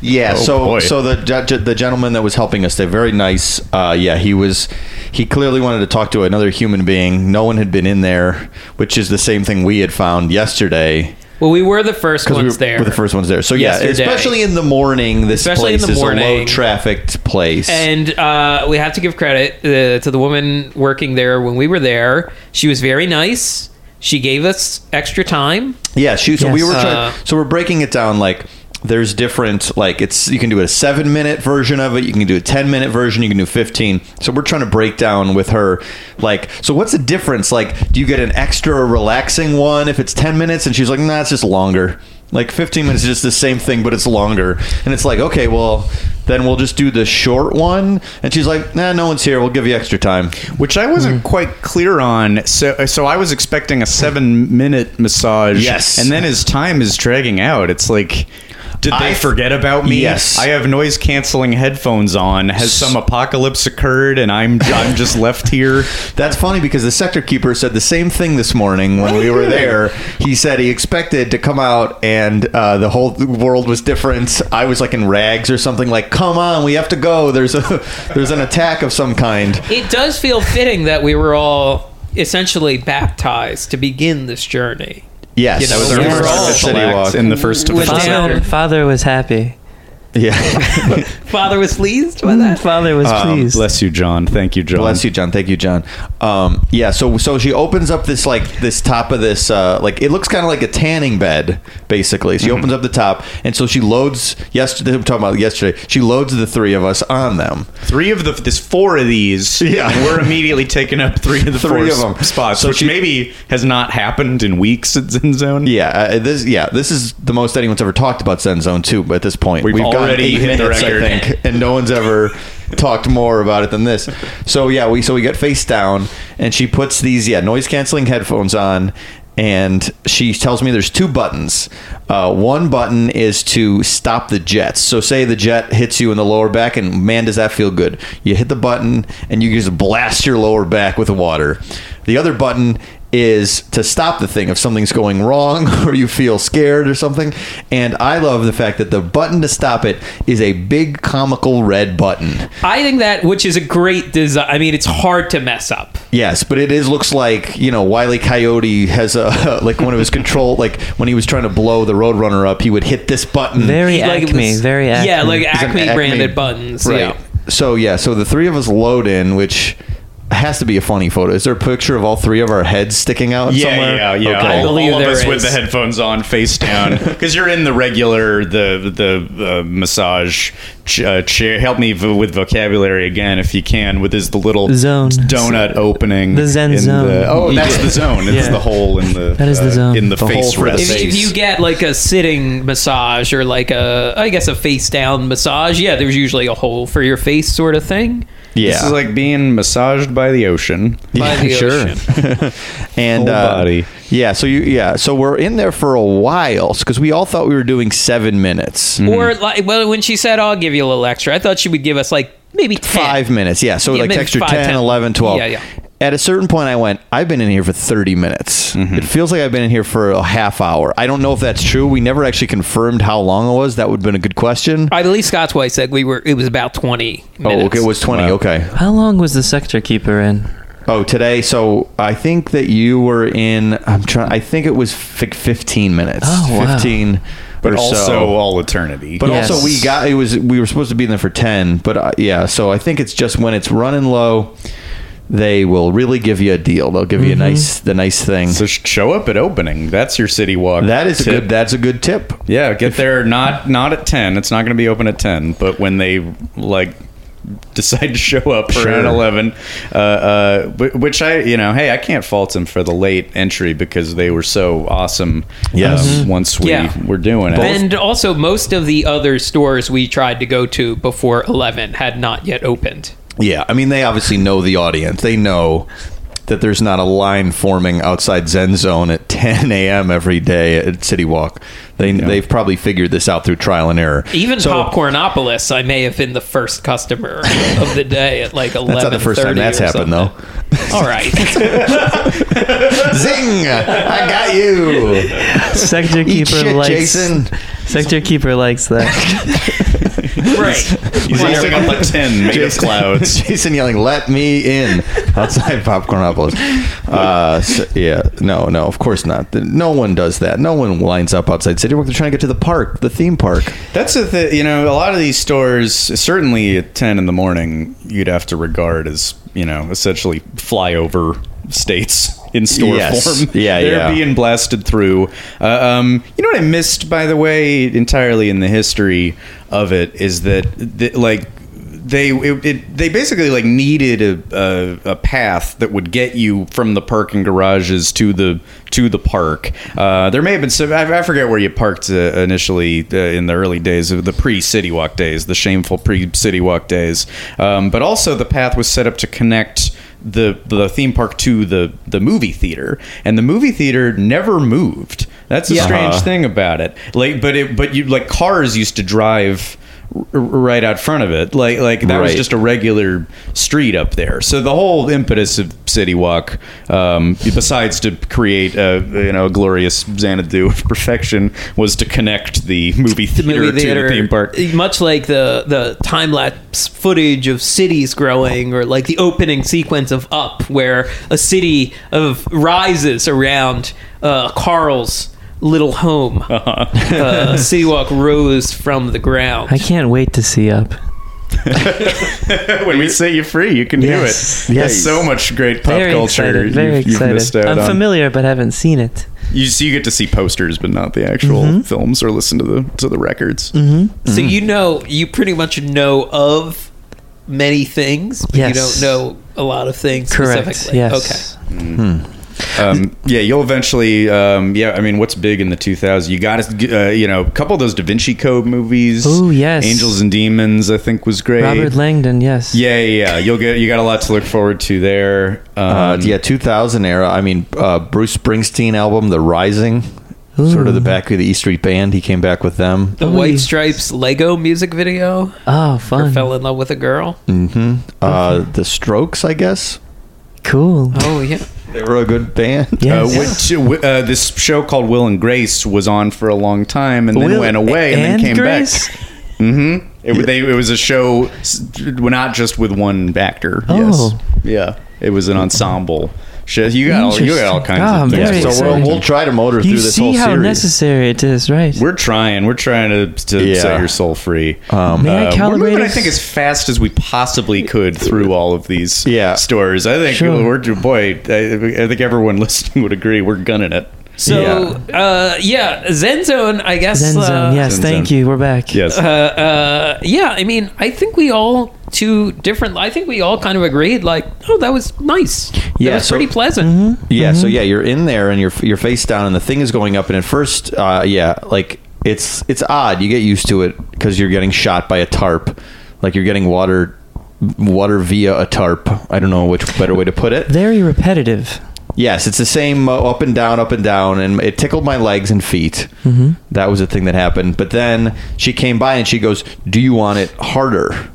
Yeah. Oh, so boy. so the ge- ge- the gentleman that was helping us, they're very nice. Uh, yeah, he was. He clearly wanted to talk to another human being. No one had been in there, which is the same thing we had found yesterday. well, we were the first we ones were, there. were the first ones there. So yeah, Yesterday. especially in the morning, this Especially in place the is a morning. low trafficked place. And uh, we have to give credit uh, to the woman working there when we were there. She was very nice. She gave us extra time. Yeah, shoot. So we Yes. were Uh, trying, so we're breaking it down like there's different like it's you can do a 7 minute version of it, you can do a 10 minute version, you can do 15. So we're trying to break down with her like so what's the difference? Like do you get an extra relaxing one if it's 10 minutes and she's like, "Nah, it's just longer." Like 15 minutes is just the same thing but it's longer. And it's like, "Okay, well, then we'll just do the short one." And she's like, "Nah, no one's here. We'll give you extra time." which I Hmm. wasn't quite clear on. So, uh, so I was expecting a seven-minute massage. Yes. and then as time is dragging out, it's like. Did they I- forget about me? Yes. I have noise canceling headphones on. Has some apocalypse occurred and I'm I'm just left here? That's funny because the sector keeper said the same thing this morning when we were there. He said he expected to come out and uh, the whole world was different. I was like in rags or something. Like, come on, we have to go. There's a there's an attack of some kind. It does feel fitting that we were all essentially baptized to begin this journey. Yes, You know, that was we our were first all official official act walk. in the first With official down. Father, father was happy. yeah. Father was pleased by that. Father was pleased. Oh, Bless you, John. Thank you, John. Bless you, John. Thank you, John. Um, yeah. So so she opens up this like this top of this uh, like it looks kind of like a tanning bed basically. She opens up the top and so she loads yesterday. I'm talking about yesterday. She loads the three of us on them. Three of the there's four of these. Yeah. and we're immediately taking up three of the Three four of 'em. spots, So which she- maybe has not happened in weeks at Zen Zone. Yeah, uh, this yeah, this is the most anyone's ever talked about Zen Zone 2 but at this point. We've gotten already eight hit the minutes, record. I think, and no one's ever talked more about it than this. So yeah, we so we get face down and she puts these yeah, noise canceling headphones on and she tells me there's two buttons. Uh, one button is to stop the jets. So say the jet hits you in the lower back, and man, does that feel good. You hit the button, and you just blast your lower back with water. The other button is to stop the thing if something's going wrong or you feel scared or something. And I love the fact that the button to stop it is a big comical red button. I think that, which is a great design. I mean, it's hard to mess up. Yes, but it is looks like you know Wiley Coyote has a like one of his control like when he was trying to blow the Roadrunner up, he would hit this button. very Like, it acme. was- very acme. Yeah, like It's an Acme, Acme- branded buttons. Right. Yeah. So yeah, so the three of us load in, which has to be a funny photo. Is there a picture of all three of our heads sticking out Yeah, somewhere? yeah, yeah. Okay. I All, believe all of there us with is. the headphones on, face down, because you're in the regular, the the uh, massage ch- uh, chair. Help me v- with vocabulary again, if you can. With is the little Zone. donut opening The zen in zone. The, oh, that's the zone. It's Yeah. the hole in the uh, That is the zone. in the, The face hole for the rest. If, if you get like a sitting massage or like a, I guess a face down massage, yeah, there's usually a hole for your face sort of thing. Yeah. This is like being massaged by the ocean. By the ocean. and Whole uh, body. yeah, so you yeah, so we're in there for a while because we all thought we were doing seven minutes, Or like, well, when she said, "I'll give you a little extra," I thought she would give us like maybe 10. five minutes. Yeah, so Yeah, like maybe texture five, 10, 10. 11, 12. Yeah, yeah. At a certain point, I went. I've been in here for thirty minutes. Mm-hmm. It feels like I've been in here for a half hour. I don't know if that's true. We never actually confirmed how long it was. That would have been a good question. I believe Scott's wife said we were. It was about twenty. oh, Minutes. okay, it was twenty. Wow. Okay. How long was the sector keeper in? Oh, today. So I think that you were in. I'm trying. I think it was fi- fifteen minutes. Oh, wow. Fifteen. but or also so. all eternity. But Yes. also, we got it was we were supposed to be in there for ten, but uh, yeah. So I think it's just when it's running low, they will really give you a deal. They'll give you a nice the nice thing. so sh- show up at opening. That's your city walk. that is a tip. good. That's a good tip. Yeah, get there not not at ten. It's not going to be open at ten, but when they like decide to show up Sure. around eleven, uh, uh, wh- which I you know, hey, I can't fault them for the late entry because they were so awesome. Yes. um, once we Yeah. were doing it, And also, most of the other stores we tried to go to before eleven had not yet opened. Yeah, I mean they obviously know the audience. They know that there's not a line forming outside Zen Zone at 10 a.m. every day at City Walk. They they've probably figured this out through trial and error. Even So- Popcornopolis, I may have been the first customer of the day at like eleven. That's not the first time that's happened though. though. All right, Zing! I got you. Sector Eat keeper shit, likes. Jason. Sector keeper likes that. right. he's holding up a ten made of Jason- clouds. Jason yelling, "Let me in!" outside Popcornopolis. Uh, so- yeah, no, no, of course not. No one does that. No one lines up outside City Walk. They're trying to get to the park, the theme park. That's the thing, you know, a lot of these stores, certainly at 10 in the morning, you'd have to regard as, you know, essentially flyover states in store Yes. form. Yeah, They're yeah. being blasted through. Uh, um, you know what I missed, by the way, entirely in the history of it is that, th- like, they it, it, they basically like needed a, a, a path that would get you from the parking garages to the to the park. Uh, there may have been some I, I forget where you parked uh, initially uh, in the early days of the pre City Walk days, the shameful pre City Walk days. Um, but also the path was set up to connect the the theme park to the the movie theater, and the movie theater never moved. That's a strange thing about it. Like, but it but you like cars used to drive r- r- right out front of it. Like like that was Right. just a regular street up there. So the whole impetus of City Walk, um, besides to create a you know a glorious Xanadu of perfection, was to connect the movie the theater, movie to theater, the theme park. much like the the time lapse footage of cities growing, or like the opening sequence of Up, where a city of rises around uh, Carl's little home. uh city Walk rose from the ground. I can't wait to see up. when we set you free, you can Yes. do it. Yes. There's so much great pop Very culture excited. Very you've, you've missed excited. out I'm on. familiar, but haven't seen it. You so you get to see posters, but not the actual Mm-hmm. films or listen to the to the records. So you know, you pretty much know of many things, but Yes. you don't know a lot of things Correct. specifically. Okay. Yes. Okay. Um, yeah, you'll eventually. Um, yeah, I mean, what's big in the 2000s? You got to, uh, you know, a couple of those Da Vinci Code movies. Ooh, yes. Angels and Demons. I think was great. Robert Langdon. Yes. yeah, yeah, yeah. You'll get you got a lot to look forward to there. Um, Uh, yeah, 2000 era. I mean, uh, Bruce Springsteen album, The Rising, sort of the back of the E Street Band. He came back with them. The White Stripes Lego music video. Oh, Or fun. fell in love with a girl. Uh, The Strokes, I guess. Cool. Oh yeah. They were a good band. Uh, Yes. which, uh, uh, this show called Will and Grace was on for a long time and then Will went away and, and then came Grace? back. Mm-hmm. It, wa- they, it was a show, s- not just with one actor. Oh. Yes. Yeah. It was an ensemble show. You got all, you got all kinds Interesting. of Ah, things. to very So we'll, exciting. we'll try to motor you through this see whole how series. necessary it is, right? We're trying. We're trying to, to Yeah. set your soul free. Um, May I we're calibrate moving, uh, I us? think, as fast as we possibly could through all of these Yeah. stores. I think Sure. we're boy. I, I think everyone listening would agree. We're gunning it. So uh, yeah, Zen Zone, I guess. Zen uh, Zone. Yes, Zen thank Zone. you. We're back. Yes. uh, uh, yeah, I mean, I think we all two different. I think we all kind of agreed, like, oh, that was nice. Yeah, Mm-hmm. that was so- pretty pleasant. Yeah, so yeah, you're in there and you're you're face down and the thing is going up and at first, uh, yeah, like it's it's odd. You get used to it because you're getting shot by a tarp, like you're getting water water via a tarp. I don't know which better way to put it. Very repetitive. Yes, it's the same uh, up and down, up and down, and it tickled my legs and feet. Mm-hmm. That was the thing that happened. But then she came by and she goes, "Do you want it harder?"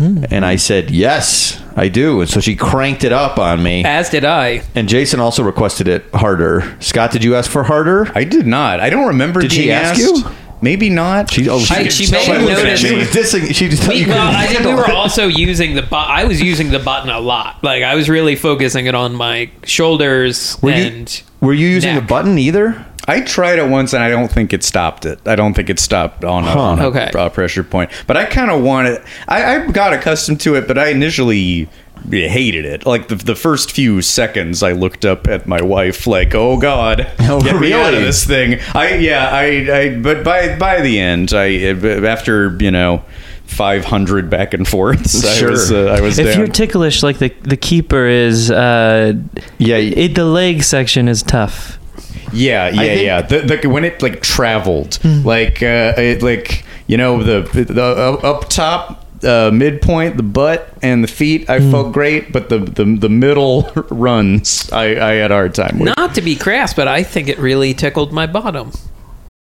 And I said, "Yes, I do." And so she cranked it up on me. As did I. And Jason also requested it harder. Scott, did you ask for harder? I did not. I don't remember. Did she being ask asked. you? Maybe not. She, oh, she, I- did. she could may tell have it was noticed- at She me. was dissing. She just We, well, I think we were also using the bot. I was using the button a lot. Like I was really focusing it on my shoulders Were you, and were you using neck. a button either? I tried it once and I don't think it stopped it. I don't think it stopped on a, Huh. on a Okay. pr- pressure point. But I kind of wanted. I, I got accustomed to it, but I initially hated it. Like the, the first few seconds, I looked up at my wife like, "Oh God, Oh, get me out of really? this thing." I yeah, I, I but by by the end, I after you know. 500 back and forths. Sure. I was, uh, I was If down. you're ticklish, like the the keeper is, uh, Yeah, y- it, the leg section is tough. Yeah, yeah, think- Hmm. yeah. The, the when it like traveled, like uh, it, like you know the the uh, up top. Uh, midpoint, the butt and the feet, Hmm. I felt great, but the the, the middle runs, I, I had a hard time with. not to be crass, but I think it really tickled my bottom.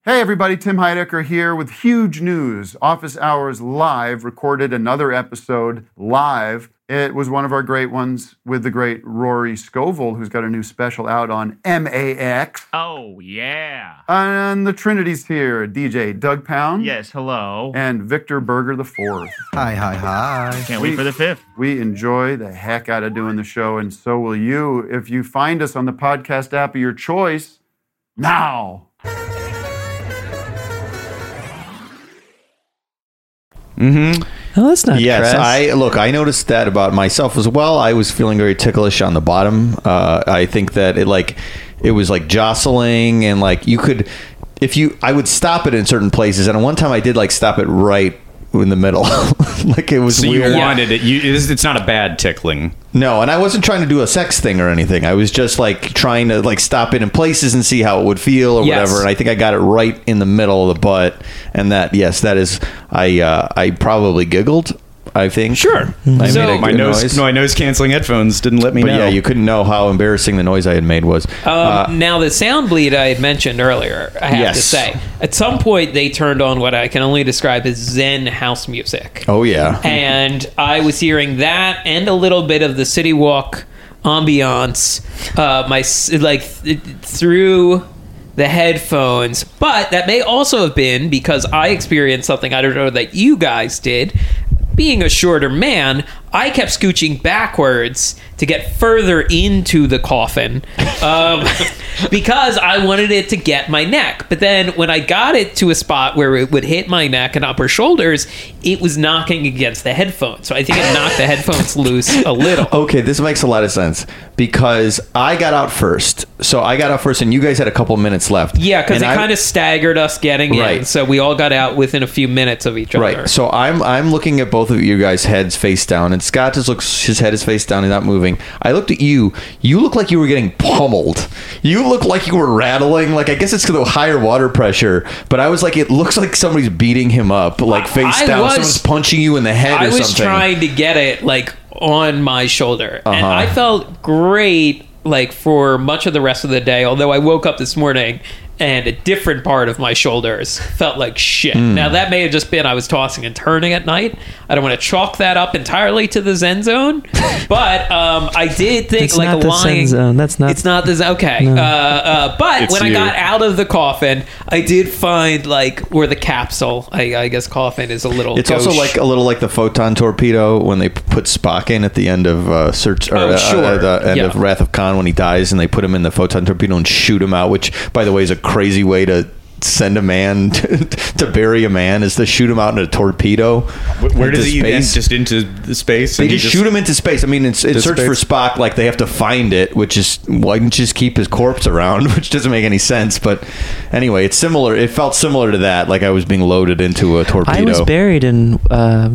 Hey, everybody, Tim Heidecker here with huge news. Office Hours Live recorded another episode live. It was one of our great ones with the great Rory Scovel, who's got a new special out on MAX. Oh, yeah. And the Trinity's here DJ Doug Pound. Yes, hello. And Victor Berger the fourth. Hi, hi, hi. Can't wait for the fifth. We enjoy the heck out of doing the show, and so will you if you find us on the podcast app of your choice now. Oh, that's not Yes, crass. I look. I noticed that about myself as well. I was feeling very ticklish on the bottom. Uh, I think that it like it was like jostling and like you could if you I would stop it in certain places. And one time I did like stop it right in the middle, like it was So you weird. wanted it. You, it's, it's not a bad tickling. No, and I wasn't trying to do a sex thing or anything. I was just like trying to like stop it in places and see how it would feel or Yes. whatever. And I think I got it right in the middle of the butt. And that yes, that is I uh, I probably giggled. I think sure. I So- made a My good nose, noise. my nose canceling headphones didn't let me But know. yeah, you couldn't know how embarrassing the noise I had made was. Um, now, the sound bleed I had mentioned earlier, I have to Uh, Yes. say, at some point they turned on what I can only describe as Zen house music. oh yeah, And I was hearing that and a little bit of the City Walk ambiance, uh, my s- like th- through the headphones. But that may also have been because I experienced something I don't know that you guys did. Being a shorter man, I kept scooching backwards to get further into the coffin um, because I wanted it to get my neck. But then when I got it to a spot where it would hit my neck and upper shoulders, it was knocking against the headphones. So I think it knocked the headphones loose a little. Okay, this makes a lot of sense because I got out first. So I got out first, and you guys had a couple minutes left. Yeah, because And it I- kind of staggered us getting in, Right. so we all got out within a few minutes of each other. Right. So I'm I'm looking at both of you guys' heads face down, and Scott just looks his head is face down and not moving. I looked at you. You look like you were getting pummeled. You look like you were rattling. Like I guess it's 'cause of the higher water pressure, but I was like, it looks like somebody's beating him up, like face I down. was- Someone's punching you in the head I or was something. trying to get it like on my shoulder, and Uh-huh. I felt great like for much of the rest of the day. Although I woke up this morning and a different part of my shoulders felt like shit. Hmm. Now that may have just been I was tossing and turning at night. I don't want to chalk that up entirely to the Zen zone, but um, I did think It's like not a the lying Zen zone. That's not. It's not this. Okay. Uh, uh, but It's when I you. got out of the coffin, I did find like where the capsule. I, I guess coffin is a little. It's also gauche. like a little like the photon torpedo when they p- put Spock in at the end of uh, Search or Oh, uh, sure. uh, the end Yeah. of Wrath of Khan when he dies, and they put him in the photon torpedo and shoot him out. Which, by the way, is a crazy way to send a man to, to bury a man is to shoot him out in a torpedo. Where into does he end? space. Just into the space? They and he just, shoot him into space. I mean, it's, it's Just search for space. Spock. Like they have to find it, which is why didn't you just keep his corpse around, which doesn't make any sense. But anyway, it's similar. It felt similar to that. Like I was being loaded into a torpedo. I was buried in uh,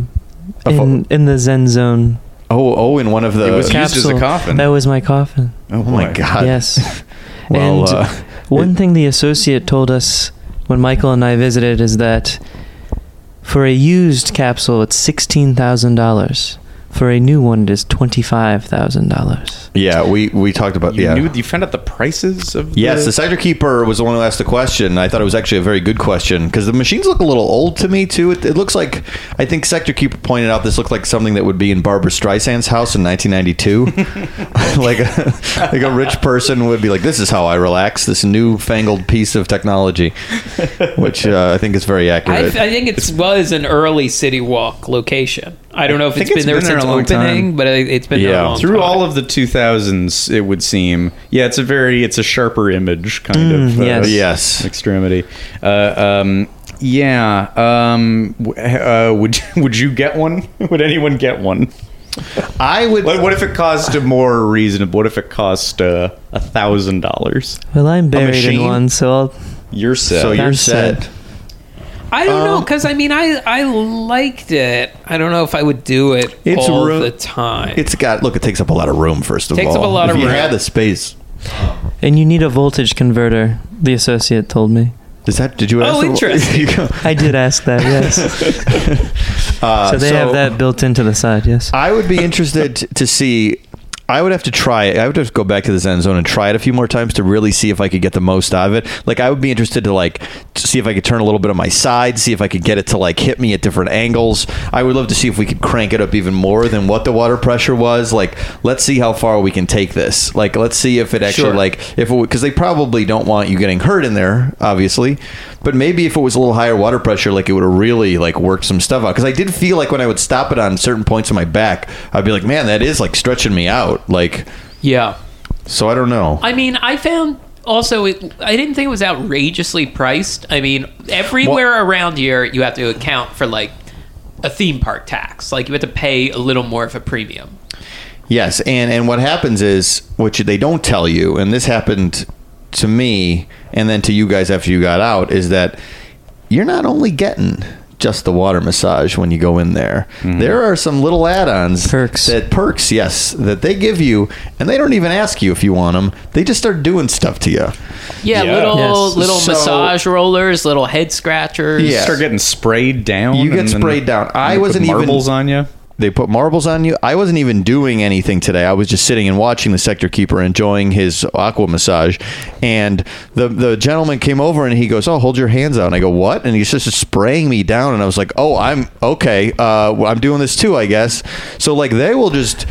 A fo- in, in the Zen zone oh, oh, in one of the. It was used as a capsule. coffin. That was my coffin. oh my god. yes. Well, and uh, one thing the associate told us when Michael and I visited is that for a used capsule, it's sixteen thousand dollars. For a new one, it is twenty-five thousand dollars. yeah, we we talked about You yeah. knew. You found out the prices of. Yes, the- the Sector Keeper was the one who asked the question. I thought it was actually a very good question because the machines look a little old to me, too. It, it looks like, I think Sector Keeper pointed out this looked like something that would be in Barbara Streisand's house in 1992. like, a, like a rich person would be like, this is how I relax, this newfangled piece of technology, which uh, I think is very I, accurate. I think it was an early City Walk location. I don't know if think it's been it's there been there since a long opening, time. but it- it's been there Yeah. a long through time. all of the 2000s it would seem yeah it's a very it's a sharper image kind of uh, yes. Mm, yes. extremity uh, um, yeah um, w- uh, would would you get one would anyone get one I would. what, what if it cost a more reasonable what if it cost uh, a thousand dollars Well, I'm buried in machine? one, so I'll, you're set so you're That's set. it. I don't um, know because I mean I I liked it. I don't know if I would do it It's all ru- the time. It's got, look, it takes up a lot of room, first of Takes all. up a lot if of you room. had the space. and you need a voltage converter. The associate told me. Is that, did you ask Oh, the- interesting. You go- I did ask that. Yes. Uh, so they have that built into the side. Yes. I would be interested t- to see. I would have to try it. I would have to go back to the Zen Zone and try it a few more times to really see if I could get the most out of it. Like I would be interested to like to see if I could turn a little bit on my side, see if I could get it to like hit me at different angles. I would love to see if we could crank it up even more than what the water pressure was. Like let's see how far we can take this. Like let's see if it actually Sure. like if because they probably don't want you getting hurt in there, obviously. But maybe if it was a little higher water pressure, like it would have really like worked some stuff out. Because I did feel like when I would stop it on certain points of my back, I'd be like, man, that is like stretching me out. Like, yeah. so I don't know. I mean, I found also it, I didn't think it was outrageously priced. I mean, everywhere around here you have to account for like a theme park tax. Like you have to pay a little more of a premium. Yes, and and what happens is which they don't tell you, and this happened to me, and then to you guys after you got out, is that you're not only getting just the water massage when you go in there. There are some little add-ons Perks. that perks, yes, that they give you, and they don't even ask you if you want them. They just start doing stuff to you. Yeah, Yeah. little Yes. little So- massage rollers, little head scratchers. Yeah. start getting sprayed down You get and then sprayed down. I they put wasn't even- marbles on you they put marbles on you. I wasn't even doing anything today. I was just sitting and watching the sector keeper enjoying his aqua massage. And the the gentleman came over and he goes, "Oh, hold your hands out." And I go, "What?" And he's just spraying me down. And I was like, "Oh, I'm okay. Uh, well, I'm doing this too, I guess." So like they will just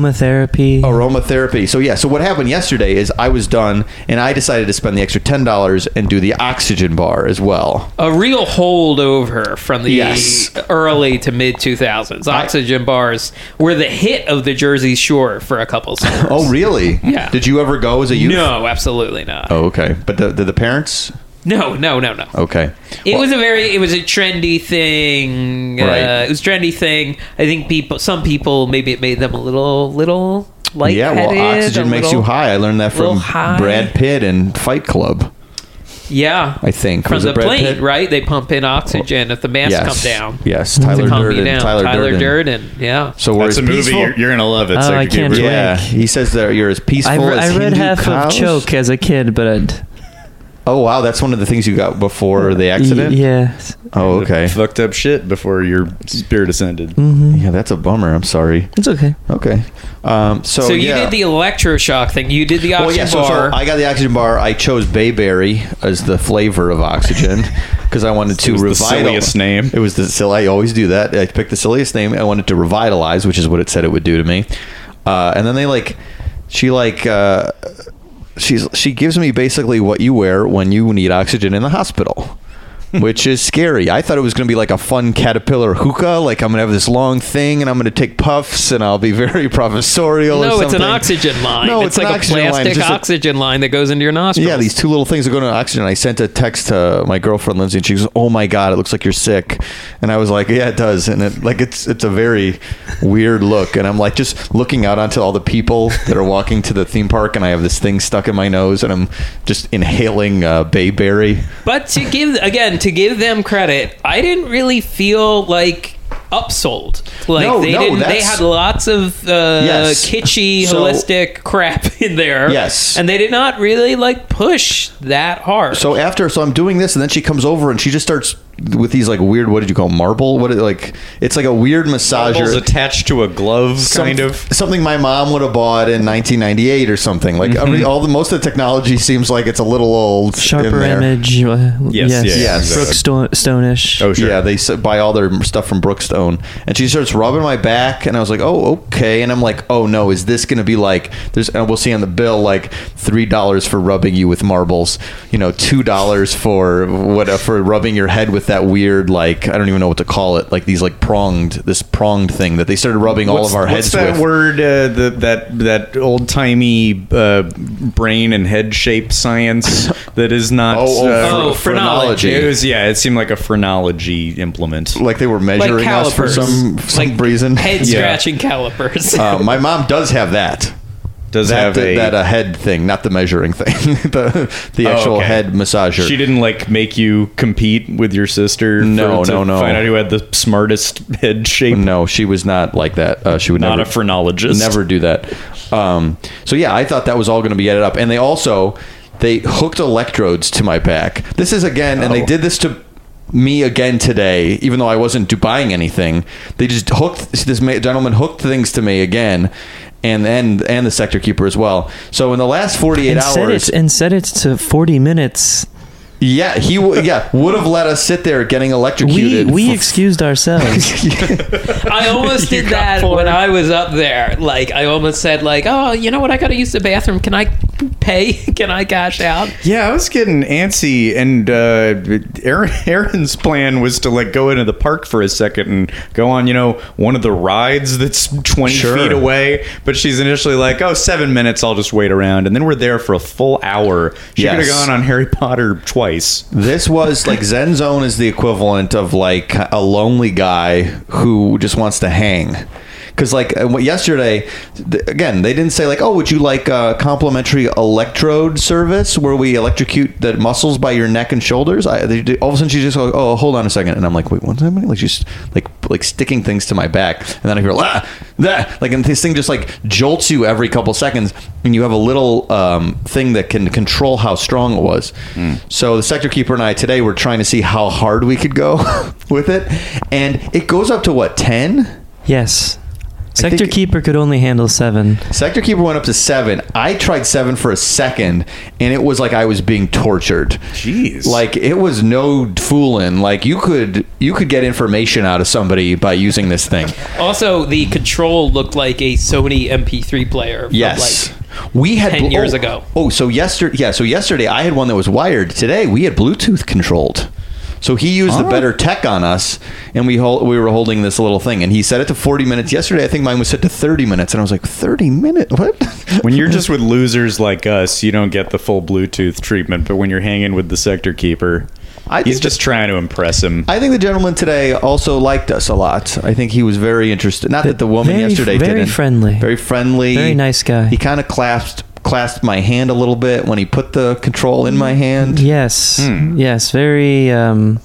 Aromatherapy. aromatherapy. So yeah, so what happened yesterday is I was done and I decided to spend the extra ten dollars and do the oxygen bar as well. A real holdover from the Yes. early to mid 2000s. Oxygen bars were the hit of the Jersey Shore for a couple summers. Oh really? Yeah. Did you ever go as a youth? No, absolutely not. Oh okay. But the, did the parents? No, no, no, no. Okay. It Well- was a very, it was a trendy thing. Right. Uh, it was a trendy thing. I think people, some people, maybe it made them a little, little Yeah, lightheaded. well, oxygen a makes little- you high. I learned that little from high. Brad Pitt and Fight Club. Yeah, I think. from Was it the Brad plane, Pitt? right? They pump in oxygen if the masks Yes. come down. Yes, to Tyler calm you Durden. down. Tyler, Durden. Yeah. So we're as that's a movie peaceful. you're, you're gonna love it Oh, I Sector can't Gabriel. wait. yeah, Twink. he says that you're as peaceful I, re- as I read Hindu half cows? of Choke as a kid, but I'd, Oh wow, that's one of the things you got before the accident. yeah, Oh okay. Mm-hmm. fucked up shit before your spirit ascended Yeah, that's a bummer. I'm sorry. it's okay. Okay. Um, so So you yeah. did the electroshock thing. You did the oxygen Well, yeah, so, so bar. I got the oxygen bar. I chose bayberry as the flavor of oxygen because I wanted to was the revitalize. silliest name. It was the sill. I always do that. I picked the silliest name. I wanted to revitalize, which is what it said it would do to me. Uh, and then they like, she like. Uh, She's, she gives me basically what you wear when you need oxygen in the hospital. which is scary. I thought it was going to be like a fun caterpillar hookah. Like I'm going to have this long thing and I'm going to take puffs and I'll be very professorial. or No, it's an something. oxygen line. No, it's, an like a oxygen line. It's plastic just a- oxygen line that goes into your nostrils. yeah, these two little things are going to oxygen. I sent a text to my girlfriend Lindsay, and she goes, "Oh my god, it looks like you're sick." And I was like, "Yeah, it does." And it like it's it's a very weird look. And I'm like just looking out onto all the people that are walking to the theme park, and I have this thing stuck in my nose, and I'm just inhaling uh, bayberry. But to give again to give them credit, I didn't really feel like upsold. Like No, they no, didn't. They that's- had lots of uh, Yes. kitschy, So- holistic crap in there. Yes. and they did not really like push that hard. So after, so I'm doing this, and then she comes over and she just starts with these like weird. What did you call 'em? marble? What it, like? It's like a weird massager. Marbles attached to a glove, kind Some- of. something my mom would have bought in 1998 or something. Like I mean, all the most of the technology seems like it's a little old. in Sharper there. image. Uh, Yes, yes. yes, yes. Brookstone- Stonish. Oh, sure. Yeah, they s- buy all their stuff from Brookstone, and she starts rubbing my back, and I was like, "Oh, okay," and I'm like, "Oh no, is this going to be like?" There's, and we'll see on the bill like three dollars for rubbing you with marbles, you know, two dollars for what for rubbing your head with that weird like I don't even know what to call it, like these like pronged this pronged thing that they started rubbing all What's- of our heads what's that with. word uh, the, that that old timey uh, brain and head shape science that is not Oh, oh, uh, Oh, phrenology. It was yeah. It seemed like a phrenology implement. like they were like measuring us for calipers, some some like reason. head Yeah. scratching calipers. Uh, my mom does have that. Does That have the- a Oh, that uh, a head thing, not the measuring thing. the the actual okay. head massager. She didn't like make you compete with your sister. No, for, to no, no. Find out who had the smartest head shape. no, she was not like that. Uh, she would Not never, a phrenologist. Never do that. Um, so yeah, I thought that was all going to be added up, and they also they hooked electrodes to my back. This is again, and they Oh. did this to me again today, even though I wasn't do- buying anything. They just hooked this ma- gentleman hooked things to me again. And, and and the sector keeper as well. So in the last forty eight and set hours, it and set it to 40 minutes. Yeah, he w- yeah would have let us sit there getting We electrocuted. we excused ourselves. I almost did that when I was up there. Like I almost said, like, oh, you know what? I gotta use the bathroom. Can I pay? Can I cash out? Yeah, I was getting antsy, and uh, Aaron, Aaron's plan was to like go into the park for a second and go on, you know, one of the rides that's twenty feet away. But she's initially like, "Oh, seven minutes, I'll just wait around," and then we're there for a full hour. She Yes. could have gone on Harry Potter twice. this was like Zen Zone is the equivalent of like a lonely guy who just wants to hang. Because like uh, what- yesterday, th- again they didn't say like, oh, would you like a complimentary electrode service where we electrocute the muscles by your neck and shoulders? I, they, did- all of a sudden she just goes, oh, hold on a second, and I'm like, wait, what's happening? Like she's like like sticking things to my back, and then I hear ah, that like and this thing just like jolts you every couple seconds, and you have a little um, thing that can control how strong it was. So the sector keeper and I today were trying to see how hard we could go with it, and it goes up to what ten. yes. Sector think- keeper could only handle seven. Sector keeper went up to seven. I tried seven for a second, and it was like I was being tortured. Jeez. Like it was no fooling. Like you could you could get information out of somebody by using this thing. Also, the control looked like a Sony MP3 player. from, Yes. like, we had 10 bl- years oh, ago. Oh, so yesterday, yeah, so yesterday I had one that was wired. Today we had Bluetooth controlled. So he used Oh. the better tech on us, and we hol- we were holding this little thing, and he set it to forty minutes. Yesterday, I think mine was set to thirty minutes, and I was like, thirty minutes? What? When you're just with losers like us, you don't get the full Bluetooth treatment. But when you're hanging with the sector keeper, I he's think just trying to impress him. I think the gentleman today also liked us a lot. I think he was very interested. Not that the woman Very- yesterday very didn't. friendly. Very friendly. Very nice guy. He kind of clasped clasped my hand a little bit when he put the control in my hand. Yes. Hmm. Yes, very um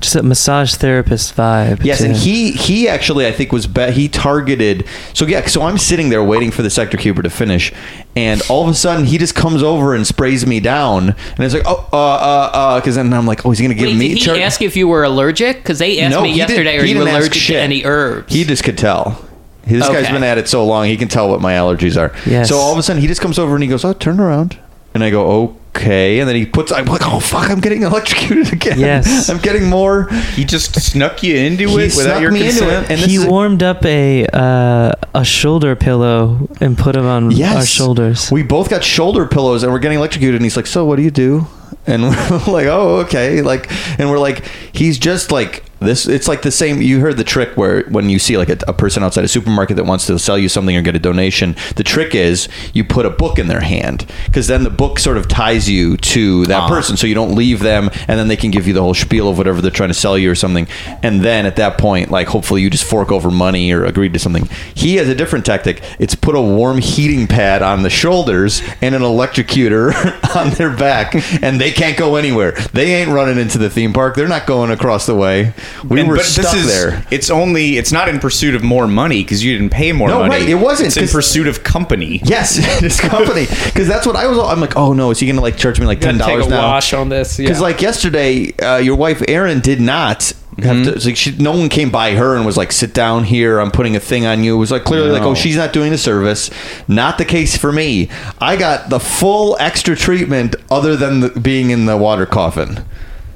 just a massage therapist vibe. Yes, to and him. he he actually I think was bet he targeted. So yeah, so I'm sitting there waiting for the sector keeper to finish, and all of a sudden he just comes over and sprays me down, and it's like oh uh uh uh because then I'm like oh he's gonna give Wait, me did he char- ask if you were allergic? Because they asked me he didn't- yesterday, he are you didn't ask allergic to shit. any herbs? He just could tell. This guy's Okay. been at it so long, he can tell what my allergies are. Yes. So all of a sudden, he just comes over and he goes, "Oh, turn around," and I go, "Okay," and then he puts. I'm like, "Oh fuck, I'm getting electrocuted again. Yes. I'm getting more." he just snuck you into He it without snuck your me into consent. it, and this he is a- warmed up a uh, a shoulder pillow and put him on yes, our shoulders. We both got shoulder pillows, and we're getting electrocuted. And he's like, "So, what do you do?" and we're like, oh, okay, like, and we're like, he's just like this. It's like the same. You heard the trick where when you see like a, a person outside a supermarket that wants to sell you something or get a donation, the trick is you put a book in their hand because then the book sort of ties you to that Ah. person, so you don't leave them, and then they can give you the whole spiel of whatever they're trying to sell you or something, and then at that point, like, hopefully you just fork over money or agree to something. He has a different tactic. It's put a warm heating pad on the shoulders and an electrocutor on their back, and they can't go anywhere. They ain't running into the theme park. They're not going across the way. We And- were but stuck this is, there. It's only. It's not in pursuit of more money because you didn't pay more No, money. right, it wasn't, It's in 'cause- pursuit of company. Yes, this company. Because that's what I was. I'm like, oh no, is he gonna like charge me like ten Gonna dollars take a now? wash on this. Yeah. Because like yesterday, uh, your wife Erin did not. Have to, Mm-hmm. it's like she, no one came by her and was like, "Sit down here. I'm putting a thing on you." It was like clearly like, "Oh, she's not doing the service." Not the case for me. I got the full extra treatment, other than the, being in the water coffin.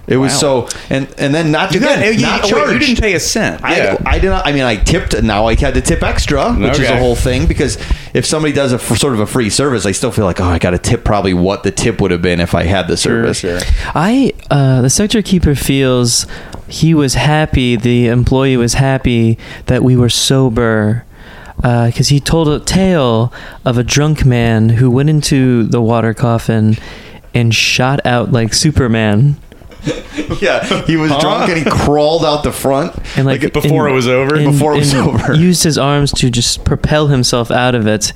It was so, and and then not again, Again, you, not oh, wait, charged. you didn't pay a cent. Yeah. I, I did not. I mean, I tipped. Now I had to tip extra, which is Okay. a whole thing because if somebody does a f- sort of a free service, I still feel like oh, I got to tip probably what the tip would have been if I had the service. I uh, the sector keeper feels he was happy. The employee was happy that we were sober because he told a tale of a drunk man who went into the water coffin and shot out like Superman. Yeah, he was drunk and he crawled out the front. And like, like, before it was over? Before it was and over. used his arms to just propel himself out of it,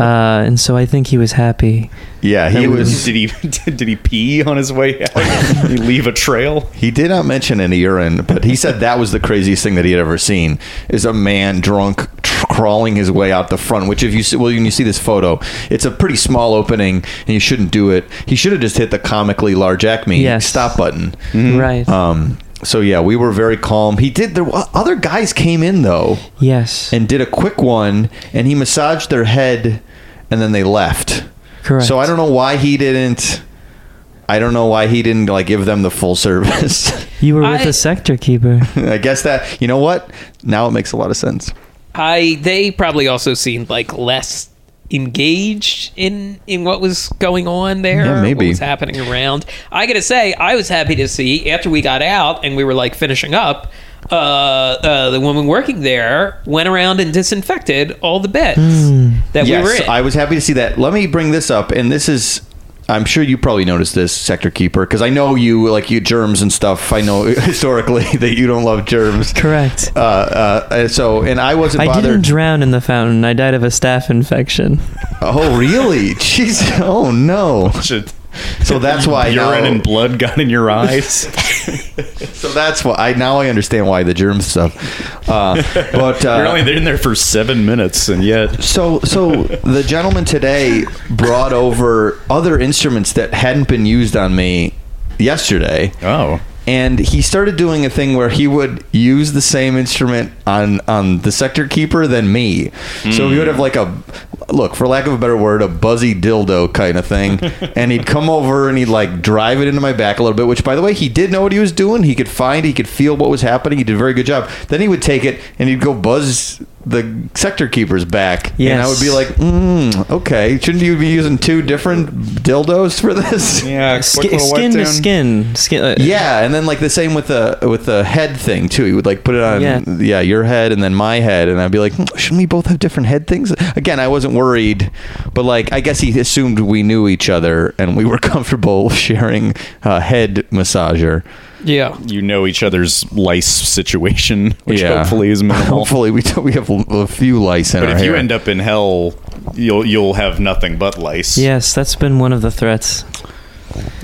uh, and so I think he was happy. yeah, he and we- was. Did he did he pee on his way out? did he leave a trail? He did not mention any urine, but he said that was the craziest thing that he had ever seen is a man drunk tr- crawling his way out the front. Which, if you see, well, when you see this photo, it's a pretty small opening, and you shouldn't do it. He should have just hit the comically large Acme Yes. stop button. Right. Um, so yeah, we were very calm. He did. There were- other guys came in though yes. and did a quick one, and he massaged their head, and then they left. Correct. So I don't know why he didn't. I don't know why he didn't like give them the full service. you were with I- the sector keeper. I guess that you know what. Now it makes a lot of sense. I they probably also seemed like less engaged in in what was going on there Yeah, maybe. what was happening around i gotta say i was happy to see after we got out and we were like finishing up uh, uh the woman working there went around and disinfected all the beds that yes, we were in I was happy to see that. Let me bring this up, and this is. I'm sure you probably noticed this, Sector Keeper, because I know you like you germs and stuff. I know historically that you don't love germs. Correct. Uh, uh, and so, and I wasn't I bothered. didn't drown in the fountain. I died of a staph infection. Oh, really? Jeez. Oh, no. So that's why urine now, and blood got in your eyes. So that's why I now I understand why the germ stuff. Uh, but uh, You're only in there for seven minutes, and yet so so the gentleman today brought over other instruments that hadn't been used on me yesterday. oh, and he started doing a thing where he would use the same instrument on on the sector keeper than me. So he would have like a look, for lack of a better word, a buzzy dildo kind of thing, and he'd come over and he'd like drive it into my back a little bit. Which, by the way, he did know what he was doing. He could find, he could feel what was happening. He did a very good job. Then he would take it and he'd go buzz the sector keeper's back, and I would Yes. be like, mm, okay, shouldn't you be using two different dildos for this? yeah, Sk- skin to skin. skin uh, Yeah, and then like the same with the with the head thing too. He would like put it on yeah. Yeah. your head and then my head, and I'd be like, "Hmm, shouldn't we both have different head things? Again, I wasn't worried, but like I guess he assumed we knew each other and we were comfortable sharing a head massager. yeah You know each other's lice situation, which Yeah. hopefully is minimal. Hopefully, we do, we have a few lice in But our if you hair. end up in hell, you'll you'll have nothing but lice. Yes, that's been one of the threats.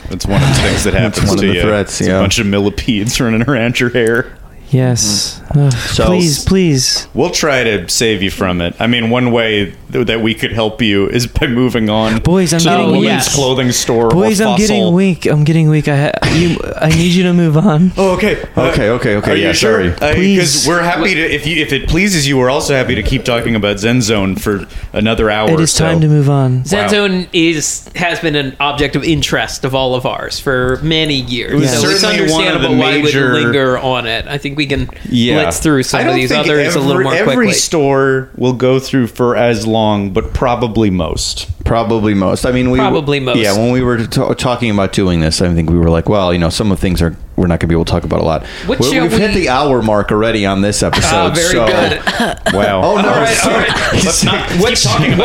that's one of the things that happens one of to the you. threats, It's yeah. a bunch of millipedes running around your hair. Yes. Ugh, Mm-hmm. So- please, please. We'll try to save you from it. I mean, one way th- that we could help you is by moving on. Boys, I'm to the getting women's weak. yes. clothing store. Boys, or I'm getting Fossil. weak. I'm getting weak. I ha- you, I need you to move on. Oh, okay. Okay, okay, okay, Are yeah, you sure? sorry. Because Please. we're happy to. If you, if it pleases you, we're also happy to keep talking about Zen Zone for another hour. It or is so. time to move on. Zen Zone is has been an object of interest of all of ours for many years. was so it's certainly one of the understandable why we'd major- linger on it. I think we can yeah. blitz through some I of don't these think others a little more every quickly. store will go through for as long, but probably most. Probably most. I mean, we Probably most. Yeah, when we were to- talking about doing this, I think we were like, well, you know, some of the things are we're not going to be able to talk about a lot. What we, shall have hit we- the hour mark already on this episode. Ah, very so- good. Wow. Oh no! All right, all right. He's- Which, which,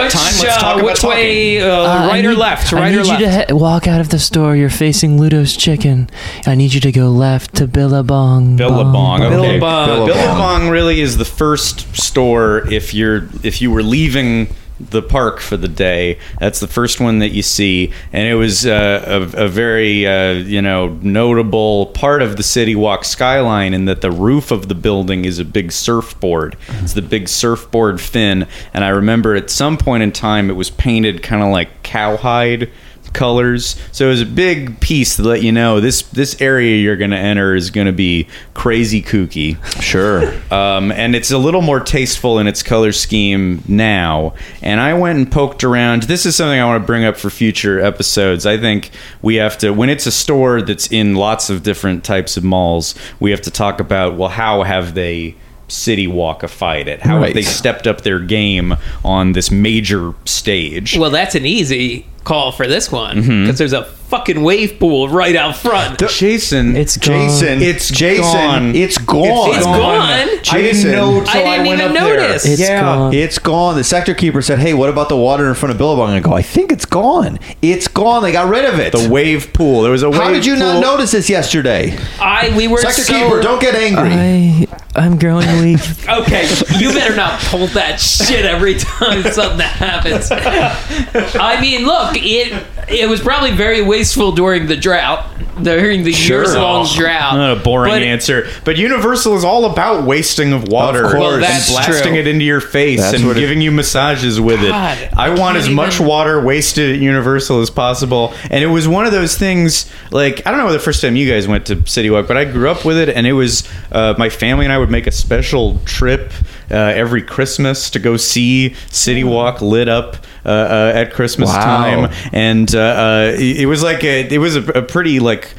uh, which way, uh, right or left? Right I need or left? you to he- walk out of the store. You're facing Ludo's Chicken. I need you to go left to Billabong. Billabong. Bong. Okay. Billabong. Billabong. really is the first store if you're if you were leaving the park for the day. That's the first one that you see, and it was uh, a, a very uh, you know notable part of the City Walk skyline in that the roof of the building is a big surfboard. It's the big surfboard fin, and I remember at some point in time it was painted kind of like cowhide colors. So it was a big piece to let you know this this area you're going to enter is going to be crazy kooky. Sure. Um, and it's a little more tasteful in its color scheme now. And I went and poked around. This is something I want to bring up for future episodes. I think we have to, when it's a store that's in lots of different types of malls, we have to talk about, well, how have they city walkified it? How Right. have they stepped up their game on this major stage? Well, that's an easy call for this one because Mm-hmm. there's a fucking wave pool right out front. Jason, It's gone. Jason, It's Jason. gone. It's gone. It's gone. I Jason. didn't know till I I, didn't went even up there. notice. It's yeah, gone. it's gone. The sector keeper said, "Hey, what about the water in front of Billabong?" And I go, "I think it's gone. It's gone. They got rid of it." The wave pool. There was a wave How did you pool. not notice this yesterday? I we were Sector so keeper, don't get angry. I, I'm growing weak. okay. You better not pull that shit every time something happens. I mean, look, it it was probably very wasteful during the drought, during the years long drought. Not a boring But- answer. But Universal is all about wasting of water Of course. Well, and that's blasting true. it into your face That's and what it- giving you massages with God, it. I I want can't as much even- water wasted at Universal as possible. And it was one of those things, like, I don't know the first time you guys went to City Walk, but I grew up with it, and it was uh, my family and I would make a special trip uh, every Christmas to go see City Mm. Walk lit up uh, uh, at Christmas Wow. time and uh, uh, it it was like a, it was a, a pretty like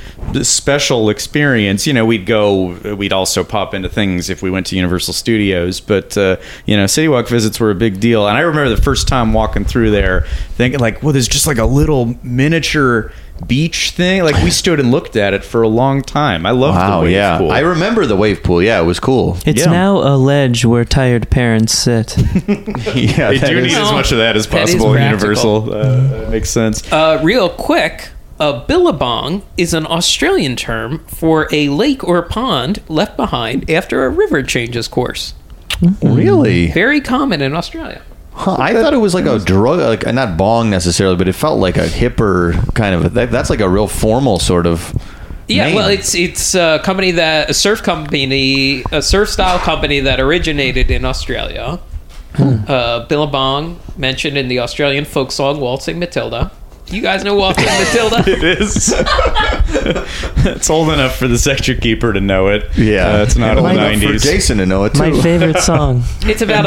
special experience. You know, we'd go, we'd also pop into things if we went to Universal Studios, but uh, you know, City Walk visits were a big deal. And I remember the first time walking through there, thinking like, well, there's just like a little miniature beach thing. Like we stood and looked at it for a long time. I loved the Wow, wave yeah. pool. I remember the wave pool. Yeah, it was cool. It's Yeah. now a ledge where tired parents sit. yeah, they that do is- need as No. much of that as That is possible in practical. Universal. Uh, that makes sense. Uh, real quick, uh, billabong is an Australian term for a lake or pond left behind after a river changes course. really. Very common in Australia. Huh, I thought it was like a drug, like not bong necessarily, but it felt like a hipper kind of. That, that's like a real formal sort of. Yeah, name. well, it's it's a company that a surf company, a surf style company that originated in Australia. Uh, Billabong mentioned in the Australian folk song "Waltzing Matilda." You guys know "Waltzing Matilda." It is. it's old enough for the sector keeper to know it. Uh, it's not And old old enough nineties. For Jason to know it My too. favorite song. It's about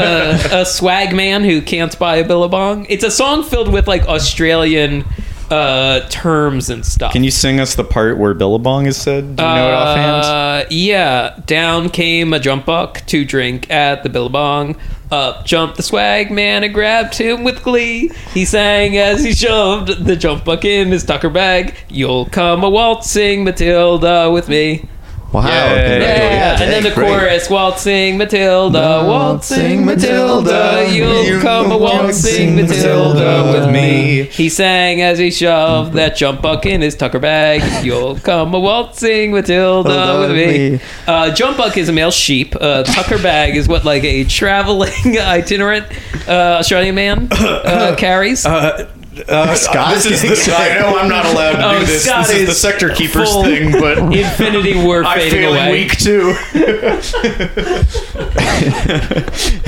a, a swag man who can't buy a Billabong. It's a song filled with like Australian uh, terms and stuff. Can you sing us the part where Billabong is said? Do you know it offhand? Uh, yeah. Down came a jump buck to drink at the Billabong. Up jumped the swag man and grabbed him with glee. He sang as he shoved the jump buck in his tucker bag. You'll come a waltzing Matilda with me. Wow. Yeah. congratulations. Yeah, Yeah, and then the that's great. chorus waltzing Matilda, waltzing Matilda, you'll come a waltzing Matilda with me. He sang as he shoved that jump buck in his tucker bag. You'll come a waltzing Matilda with me. Uh, jump buck is a male sheep. Uh, tucker bag is what like a traveling itinerant uh, Australian man uh, carries. Uh, Scott, This is this. I know I'm not allowed to Oh, do this. Scott This is the is sector keeper's full- thing, but Infinity War I fading feel away. weak too.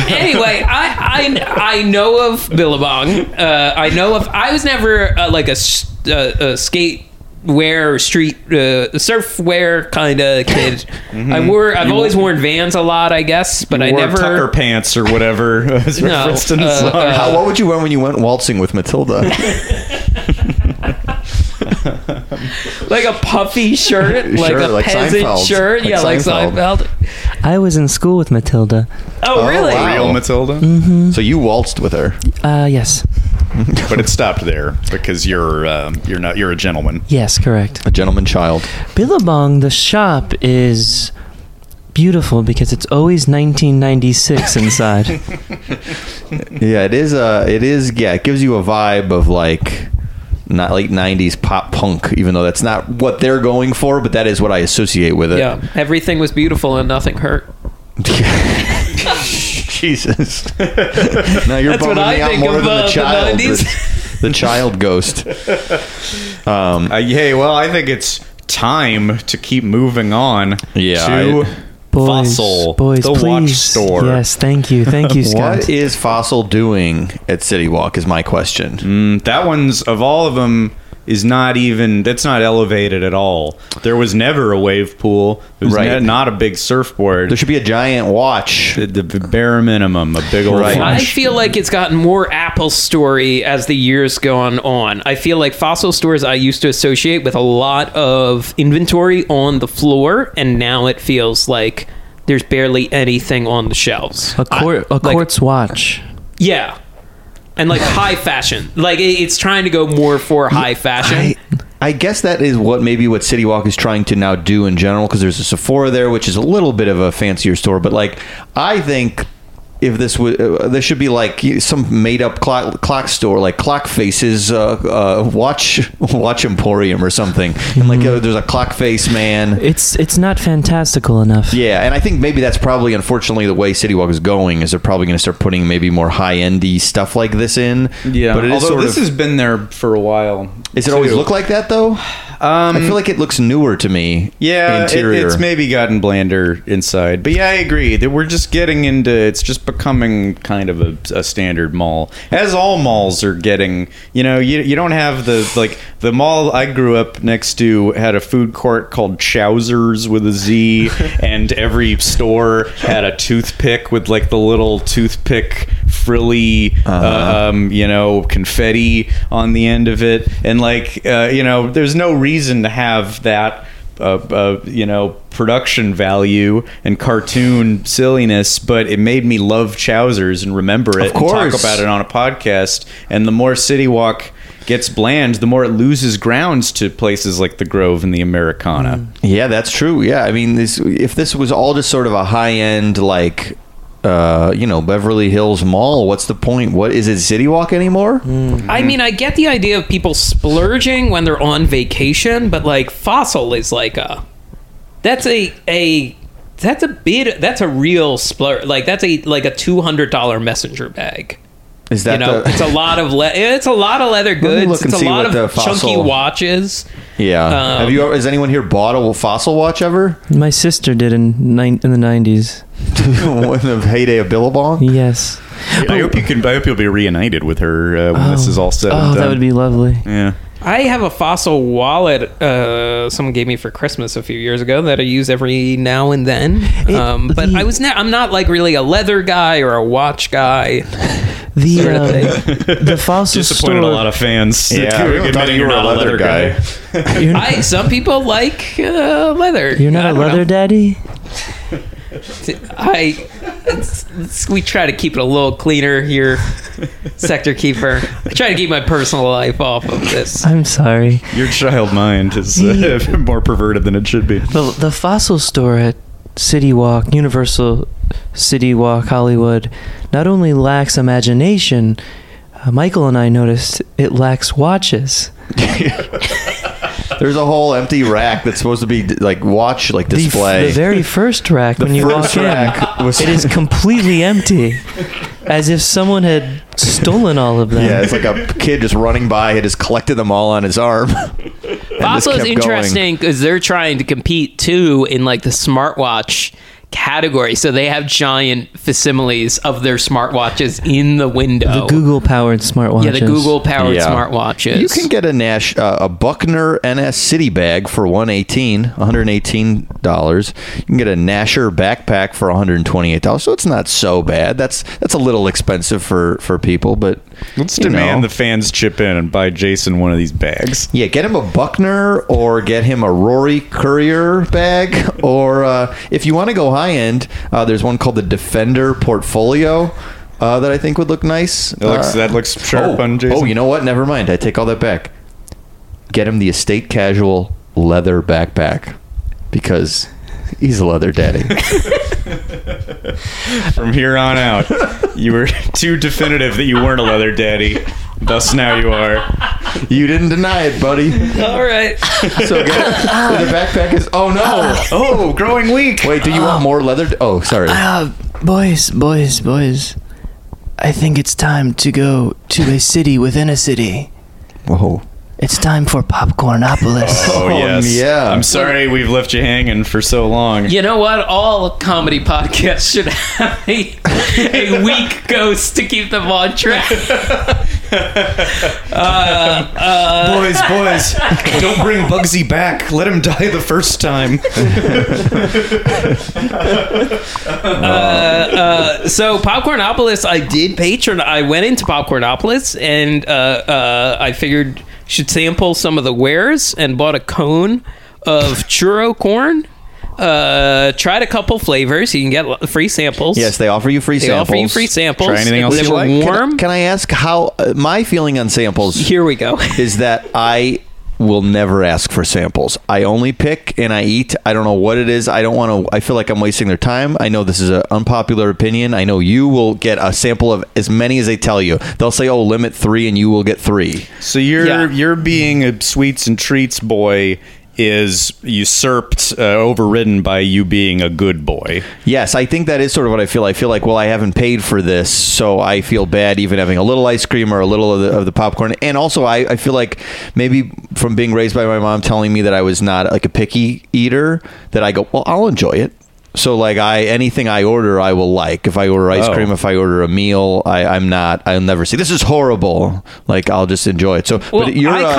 anyway, I, I I know of Billabong. Uh, I know of. I was never uh, like a, s- uh, a skate wear street uh, surf wear kind of kid. I wore. I've always worn Vans a lot, I guess, but I Wore never. Tucker pants or whatever. As No, referenced in the uh, song. uh, How, what would you wear when you went waltzing with Matilda? like a puffy shirt, like Sure, a like peasant Seinfeld. shirt. Like yeah, like Seinfeld. Seinfeld. I was in school with Matilda. Oh, Oh, really? wow. Real Matilda. so you waltzed with her. Uh, yes. but it stopped there because you're um, you're not you're a gentleman. Yes, correct. A gentleman child. Billabong, the shop is beautiful because it's always 1996 inside. Yeah, it is. Uh, it is. Yeah, it gives you a vibe of like not late '90s pop punk, even though that's not what they're going for. But that is what I associate with it. Yeah, everything was beautiful and nothing hurt. Jesus. now you're That's bumming what I me out think more of, than uh, the the child. 90s. the child ghost. Uh, hey, well, I think it's time to keep moving on. Yeah, to I- Boys, Fossil, boys, the please. watch store. Yes, thank you, thank you, Scott. What is Fossil doing at City Walk? Is my question. That one's of all of them is not even that's not elevated at all. There was never a wave pool. There was Right. ne- not a big surfboard. There should be a giant watch. the, the bare minimum, a big old Right. I flash. feel like it's gotten more Apple story as the years gone on. I feel like fossil stores I used to associate with a lot of inventory on the floor, and now it feels like there's barely anything on the shelves. a court, a like- quartz watch. Yeah. And like high fashion. Like it- it's trying to go more for high fashion. I, I guess that is what maybe what City Walk is trying to now do in general because there's a Sephora there, which is a little bit of a fancier store. But like, I think if this would, uh, this should be like some made up clock, clock store, like Clock Faces uh, uh, Watch Watch Emporium or something, and like uh, there's a Clock Face man. It's it's not fantastical enough. Yeah, and I think maybe that's probably unfortunately the way City Walk is going is they're probably going to start putting maybe more high endy stuff like this in. yeah, but it is although sort this of. has been there for a while. Is it always too. look like that though? Um, I feel like it looks newer to me. Yeah, it- interior. it's maybe gotten blander inside, but yeah, I agree that we're just getting into. It's just becoming kind of a, a standard mall, as all malls are getting. You know, you you don't have the like the mall I grew up next to had a food court called Chowsers with a Z, and every store had a toothpick with like the little toothpick frilly, um, you know, confetti on the end of it, and like uh, you know, there's no reason to have that uh, uh, you know production value and cartoon silliness, but it made me love Chowsers and remember it Of course. and talk about it on a podcast. And the more City Walk gets bland, the more it loses grounds to places like the Grove and the Americana. Yeah, that's true. Yeah, I mean, this if this was all just sort of a high end like. Uh, you know Beverly Hills Mall. What's the point? What is it? City Walk anymore? I Mm. mean, I get the idea of people splurging when they're on vacation, but like fossil is like a that's a a that's a bit that's a real splurge. Like that's a like a two hundred dollar messenger bag. Is You that know, the, it's a lot of le- it's a lot of leather me goods. look and It's a see lot what of the chunky Fossil- watches. yeah? um, Have you? Has anyone here bought a fossil watch ever? My sister did in nine, in the 90s. When the heyday of Billabong. Yes. I hope you can. I hope you'll be reunited with her uh, when this is all said Oh, and done. that would be lovely. yeah. I have a fossil wallet uh, someone gave me for Christmas a few years ago that I use every now and then. Um, but I was ne- I'm not like really a leather guy or a watch guy. The uh, the fossil Disappointed store. a lot of fans. Yeah, I really thought you were a leather guy. you're, not, I some people like uh, leather. you're not I a don't leather know. daddy. I it's, it's, we try to keep it a little cleaner here, sector keeper. I try to keep my personal life off of this. I'm sorry. Your child mind is uh, more perverted than it should be. The the fossil store at City Walk, Universal City Walk, Hollywood, not only lacks imagination. Uh, Michael and I noticed it lacks watches. There's a whole empty rack that's supposed to be like watch like The f- display. The, very first rack when you first walk rack in, was- it is completely empty, as if someone had stolen all of them. yeah, it's like a kid just running by had just collected them all on his arm. And just Also, kept it's going. interesting because they're trying to compete too in like the smartwatch category. So they have giant facsimiles of their smartwatches in the window. The Google powered smartwatches. yeah, the Google powered Yeah. smartwatches. You can get a Nash uh, a Buckner NS City bag for 118 118 dollars. You can get a Nasher backpack for 128 dollars. So it's not so bad. That's that's a little expensive for for people, but Let's you demand know. the fans chip in and buy Jason one of these bags. Yeah, get him a Buckner or get him a Rory Courier bag. Or uh, if you want to go high end, uh, there's one called the Defender Portfolio. uh, that I think would look nice. That looks- Uh, that looks sharp oh, on Jason. Oh, you know what? Never mind. I take all that back. Get him the estate casual leather backpack because he's a leather daddy. From here on out, you were too definitive that you weren't a leather daddy. Thus now you are. you didn't deny it, buddy. All right. So get so the backpack is. Oh no! Oh, growing weak. Wait, do you want more leather? Oh, sorry. Uh, boys, boys, boys. I think it's time to go to a city within a city. Whoa. It's time for Popcornopolis. Oh yes. yeah. I'm sorry we've left you hanging for so long. You know what? All comedy podcasts should have a, a weak ghost to keep them on track. Boys, boys, don't bring Bugsy back. Let him die the first time. So Popcornopolis, I did patron. I went into Popcornopolis and uh, uh, I figured should sample some of the wares and bought a cone of churro corn. Uh, tried a couple flavors. You can get lo- free samples. Yes, they offer you free They samples. offer you free samples. Try anything else they you were like. Can I- warm. Can, I ask how uh, my feeling on samples? Here we go. is that I will never ask for samples. I only pick and I eat. I don't know what it is. I don't want to. I feel like I'm wasting their time. I know this is an unpopular opinion. I know you will get a sample of as many as they tell you. They'll say, "Oh, limit three, and you will get three. So you're Yeah. you're being a sweets and treats boy is usurped, uh, overridden by you being a good boy. Yes, I think that is sort of what I feel. I feel like, well, I haven't paid for this, so I feel bad even having a little ice cream or a little of the, of the popcorn. And also, I, I feel like maybe from being raised by my mom telling me that I was not like a picky eater, that I go, well, I'll enjoy it. So like I anything I order I will like if I order ice Oh. cream if I order a meal I I'm not I'll never say this is horrible like I'll just enjoy it so Well, uh, I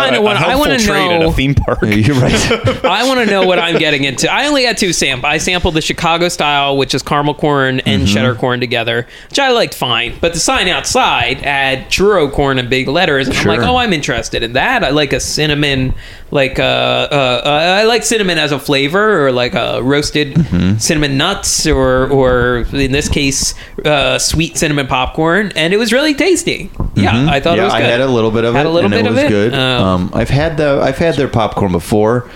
kinda A- wanna- a I helpful wanna trait know- at a theme park. you're right I want to know what I'm getting into. I only had two samples. I sampled the Chicago style, which is caramel corn and Mm-hmm. cheddar corn together, which I liked fine. But the sign outside had churro corn in big letters, and I'm like, oh, I'm interested in that. I like a cinnamon, like uh, uh, uh, I like cinnamon as a flavor, or like a roasted Mm-hmm. cinnamon nuts, or or in this case, uh, sweet cinnamon popcorn, and it was really tasty. Yeah, I thought Mm-hmm. yeah, it Oh, was I good. had a little bit of Had it. a little and bit it of was it. good. Um, Um, I've had the I've had their popcorn before.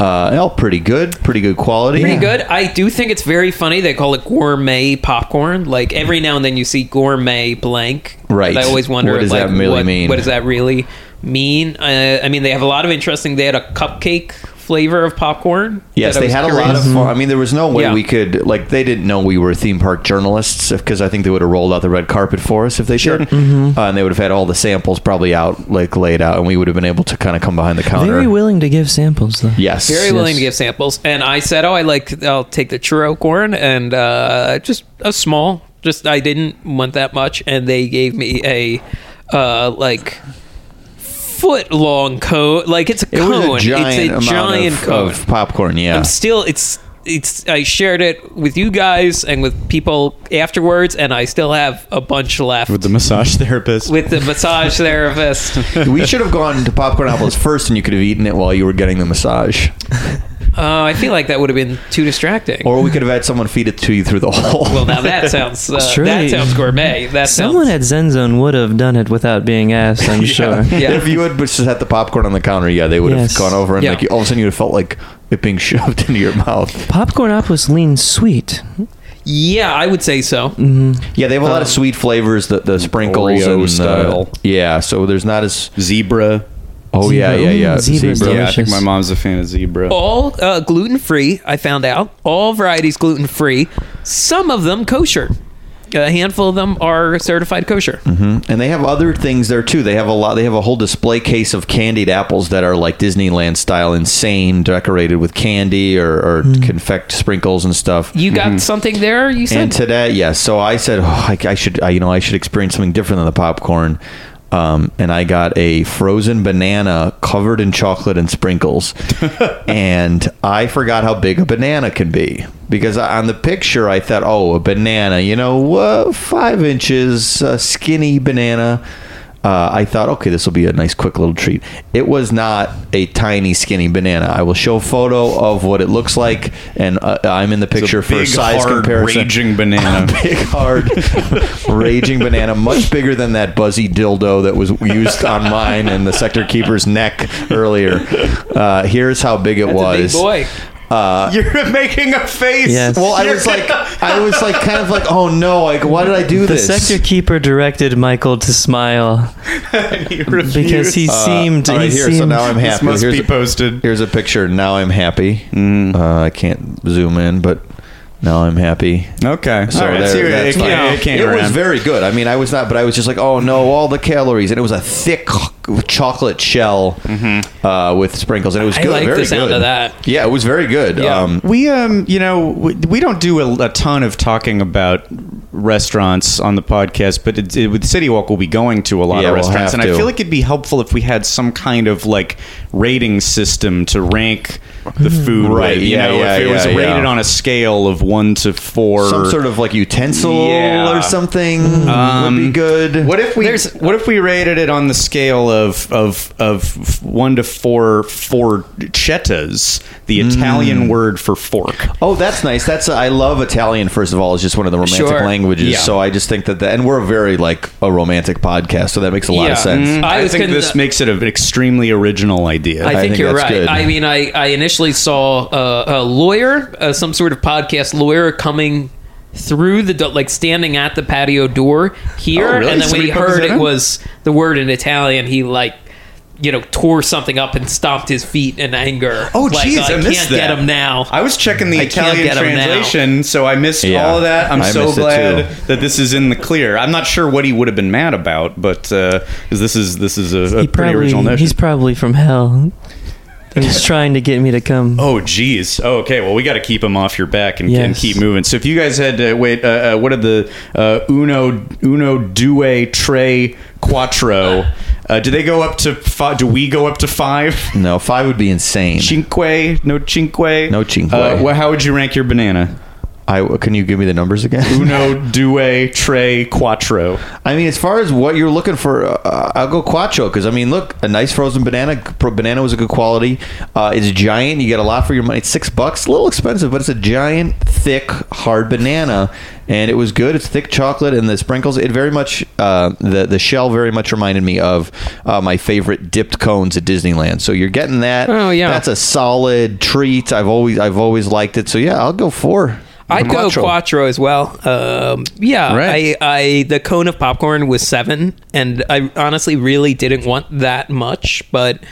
Uh, all pretty good, pretty good quality. pretty good. I do think it's very funny. They call it gourmet popcorn. Like every now and then you see gourmet blank. Right. And I always wonder What does like, that really what, mean? What does that really mean? Uh, I mean, they have a lot of interesting. They had a cupcake flavor of popcorn. Yes, that I they was had a lot curious- of fun. I mean, there was no way Yeah. we could like they didn't know we were theme park journalists because I think they would have rolled out the red carpet for us if they did, Mm-hmm. uh, and they would have had all the samples probably out like laid out, and we would have been able to kind of come behind the counter. Very willing to give samples, though. Yes, Very willing to give samples, and I said, "Oh, I like. I'll take the churro corn and uh, just a small. Just I didn't want that much, and they gave me a uh, like foot long cone. Like it's a It was cone. a giant it's amount a giant of, cone. of popcorn. Yeah, I'm still. It's. It's. I shared it with you guys and with people afterwards, and I still have a bunch left with The massage therapist. the massage therapist. we should have gone to Popcornopolis first, and you could have eaten it while you were getting the massage. Uh, I feel like that would have been too distracting. Or we could have had someone feed it to you through the hole. well, now that sounds. Uh, true. that sounds gourmet. That Someone sounds. at Zenzone would have done it without being asked, I'm sure. Yeah. If you had just had the popcorn on the counter, yeah, they would Yes. have gone over and Yeah. like you, all of a sudden you would have felt like it being shoved into your mouth. Popcornopolis leans sweet. Yeah, I would say so. Yeah, they have a lot of Um, sweet flavors, the the sprinkles Oreo and the- style. yeah, so there's not as Zebra. oh yeah Zebra. yeah yeah Ooh, zebra's zebra. Yeah, I think Delicious. my mom's a fan of zebra. All uh, gluten free. I found out all varieties gluten free. Some of them kosher. A handful of them are certified kosher. And they have other things there too. They have a lot. They have a whole display case of candied apples that are like Disneyland style, insane, decorated with candy or, or confect sprinkles and stuff. You got something there? You said And today, yeah. So I said, oh, I, I should, I, you know, I should experience something different than the popcorn. Um, and I got a frozen banana covered in chocolate and sprinkles. and I forgot how big a banana can be because I- on the picture I thought, oh, a banana, you know, uh, five inches, a skinny banana. uh, I thought, okay, this will be a nice, quick little treat. It was not a tiny, skinny banana. I will show a photo of what it looks like, and uh, I'm in the picture for big, size hard, comparison. raging banana. A big, hard, raging banana, much bigger than that buzzy dildo that was used on mine and the sector keeper's neck earlier. Uh, here's how big it was. Uh, Big boy. You're making a face. Yes. Well, I was like, I was like, kind of like, oh no, like, why did I do The this? sector keeper directed Michael to smile You because refuse. he seemed. All right, he here. seemed So now I'm happy. this must here's be Mm. a- posted. Here's a picture. Now I'm happy. Uh, I can't zoom in, but now I'm happy. Okay. So All right. there- see, it- that's it, fine. came, it came It around. was very good. I mean, I was not, but I was just like, oh no, all the calories, and it was a thick chocolate shell uh, with sprinkles, and it was Mm-hmm. I good. like very the sound good. of that. Yeah, it was very good. Yeah. Um, we um you know we, we don't do a, a ton of talking about restaurants on the podcast but it, it, with city walk we'll be going to a lot Yeah, of we'll restaurants have and to. i feel like it'd be helpful if we had some kind of like rating system to rank the food Right, with, you yeah, know yeah, if it was yeah, rated yeah. on a scale of one to four some sort of like utensil Yeah. or something Um, would be good. What if we what if we rated it on the scale of of of one to four forcettas, the Italian word for fork? Oh, that's nice. That's I love Italian. First of all, it's just one of the romantic Sure. languages. Yeah. So I just think that, the, and we're very like a romantic podcast, so that makes a lot Yeah. of sense. Mm. I I, was think gonna- this makes it an extremely original idea. I think, think you're that's right. good. I mean, I, I initially saw uh, a lawyer, uh, some sort of podcast lawyer, coming through the do- like standing at the patio door here, Oh, really? and then when Somebody he put his heard head it in? was the word in Italian, he like you know tore something up and stomped his feet in anger. Oh, like, jeez, I, I missed can't get that. him now. I was checking the I can't Italian get 'em now. translation, so I missed Yeah, all of that. I'm I so missed it glad too. that this is in the clear. I'm not sure what he would have been mad about, but uh, 'cause this is this is a, a he pretty original probably, notion. he's probably from hell. He's trying to get me to come. Oh geez. Oh, okay. Well, we got to keep him off your back and, and Yes. keep moving. So if you guys had to wait, uh, uh, what are the uh, uno uno due tre quattro? Uh, do they go up to five? Do we go up to five? No, five would be insane. Cinque? No cinque. No cinque. Uh, wh- how would you rank your banana? I can you give me the numbers again? Uno due tre quattro. I mean, as far as what you're looking for, uh, I'll go Quattro because I mean, look, a nice frozen banana. Pro- Banana was a good quality. Uh, it's giant. You get a lot for your money. It's six bucks. A little expensive, but it's a giant, thick, hard banana, and it was good. It's thick chocolate and the sprinkles. It very much uh, the the shell very much reminded me of uh, my favorite dipped cones at Disneyland. So you're getting that. Oh, yeah. that's a solid treat. I've always I've always liked it. So yeah, I'll go four. I'd go Quattro as well. Um, yeah, Right. I, I the cone of popcorn was seven, and I honestly really didn't want that much, but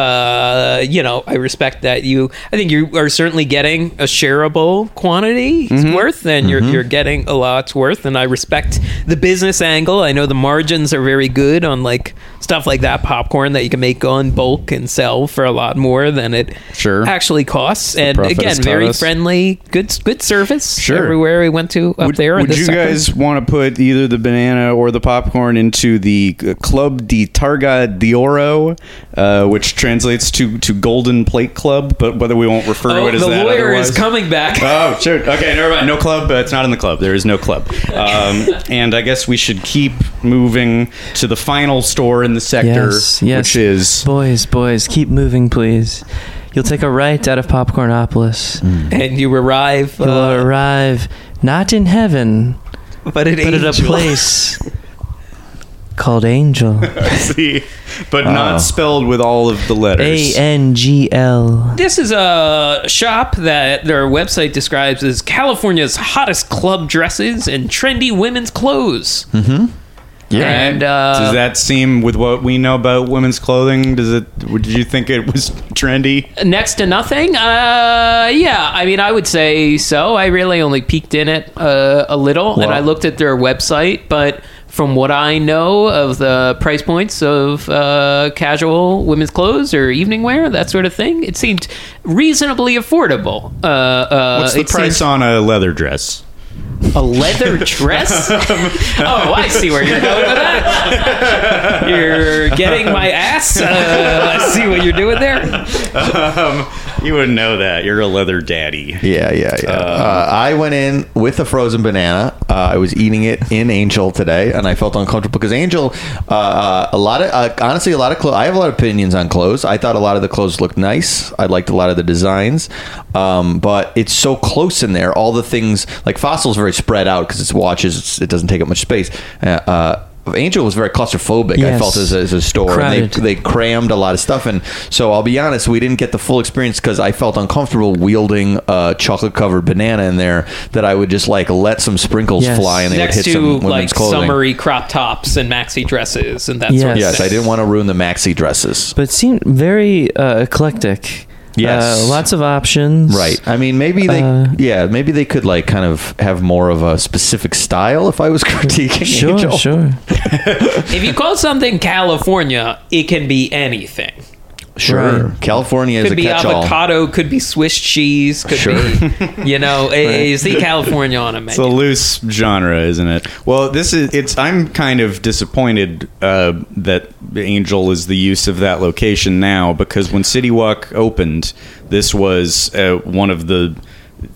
uh, you know I respect that you. I think you are certainly getting a shareable quantity Mm-hmm. worth, and you're you're getting a lot's worth, and I respect the business angle. I know the margins are very good on like stuff like that popcorn that you can make on bulk and sell for a lot more than it Sure. actually costs, and Prophet again has taught very us. friendly friendly, good good service Sure. everywhere we went to up Would, there. in would the you sector. guys want to put either the banana or the popcorn into the uh, Club de Targa d'Oro, uh, which translates to, to Golden Plate Club, but whether we won't refer Oh, to it as the that lawyer otherwise. is coming back. Oh, shoot. Okay, never mind. No club. Uh, it's not in the club. There is no club. Um, and I guess we should keep moving to the final store in the sector, yes, yes. which is boys, boys, keep moving, please. You'll take a right out of Mm-hmm. Popcornopolis. and you arrive, You'll uh, arrive not in heaven, but it but at a place called Angel. C, but not Oh. spelled with all of the letters. A N G L. This is a shop that their website describes as California's hottest club dresses and trendy women's clothes. Yeah. And, uh, does that seem with what we know about women's clothing? Does it? Did you think it was trendy? Next to nothing. Uh, yeah, I mean, I would say so. I really only peeked in it uh, a little, and I looked at their website, but. From what I know of the price points of uh, casual women's clothes or evening wear, that sort of thing, it seemed reasonably affordable. Uh, uh, What's the it price seemed- on a leather dress? a leather dress? oh, I see where you're going with that. You're getting my ass. Uh, I see what you're doing there. Um, You wouldn't know that. You're a leather daddy. Yeah, yeah, yeah. Uh, I went in with a frozen banana. Uh, I was eating it in Angel today, and I felt uncomfortable because Angel, uh, uh, a lot of uh, honestly, a lot of clothes. I have a lot of opinions on clothes. I thought a lot of the clothes looked nice. I liked a lot of the designs, um, but it's so close in there. All the things like Fossil's very spread out because it's watches. It's, it doesn't take up much space. Uh, uh, Angel was very claustrophobic. I Yes. felt as a, as a store, and Crowded. they, they crammed a lot of stuff in. So I'll be honest, we didn't get the full experience because I felt uncomfortable wielding a chocolate covered banana in there. That I would just like let some sprinkles Yes. fly and they would next hit to some women's like clothing. summery crop tops and maxi dresses and that sort of Yes. Yes, thing. I didn't want to ruin the maxi dresses. but it seemed very uh, eclectic. Yes. Uh, lots of options. Right. I mean, maybe they, Uh, yeah, maybe they could like kind of have more of a specific style. If I was critiquing Sure, Angel, sure. If you call something California, it can be anything. sure. Right. California is Could a be catch-all. avocado, could be Swiss cheese, could Sure. be you know, a is the California on a It's a menu. loose genre, isn't it? Well, this is. It's. I'm kind of disappointed uh, that Angel is the use of that location now because when City Walk opened, this was uh, one of the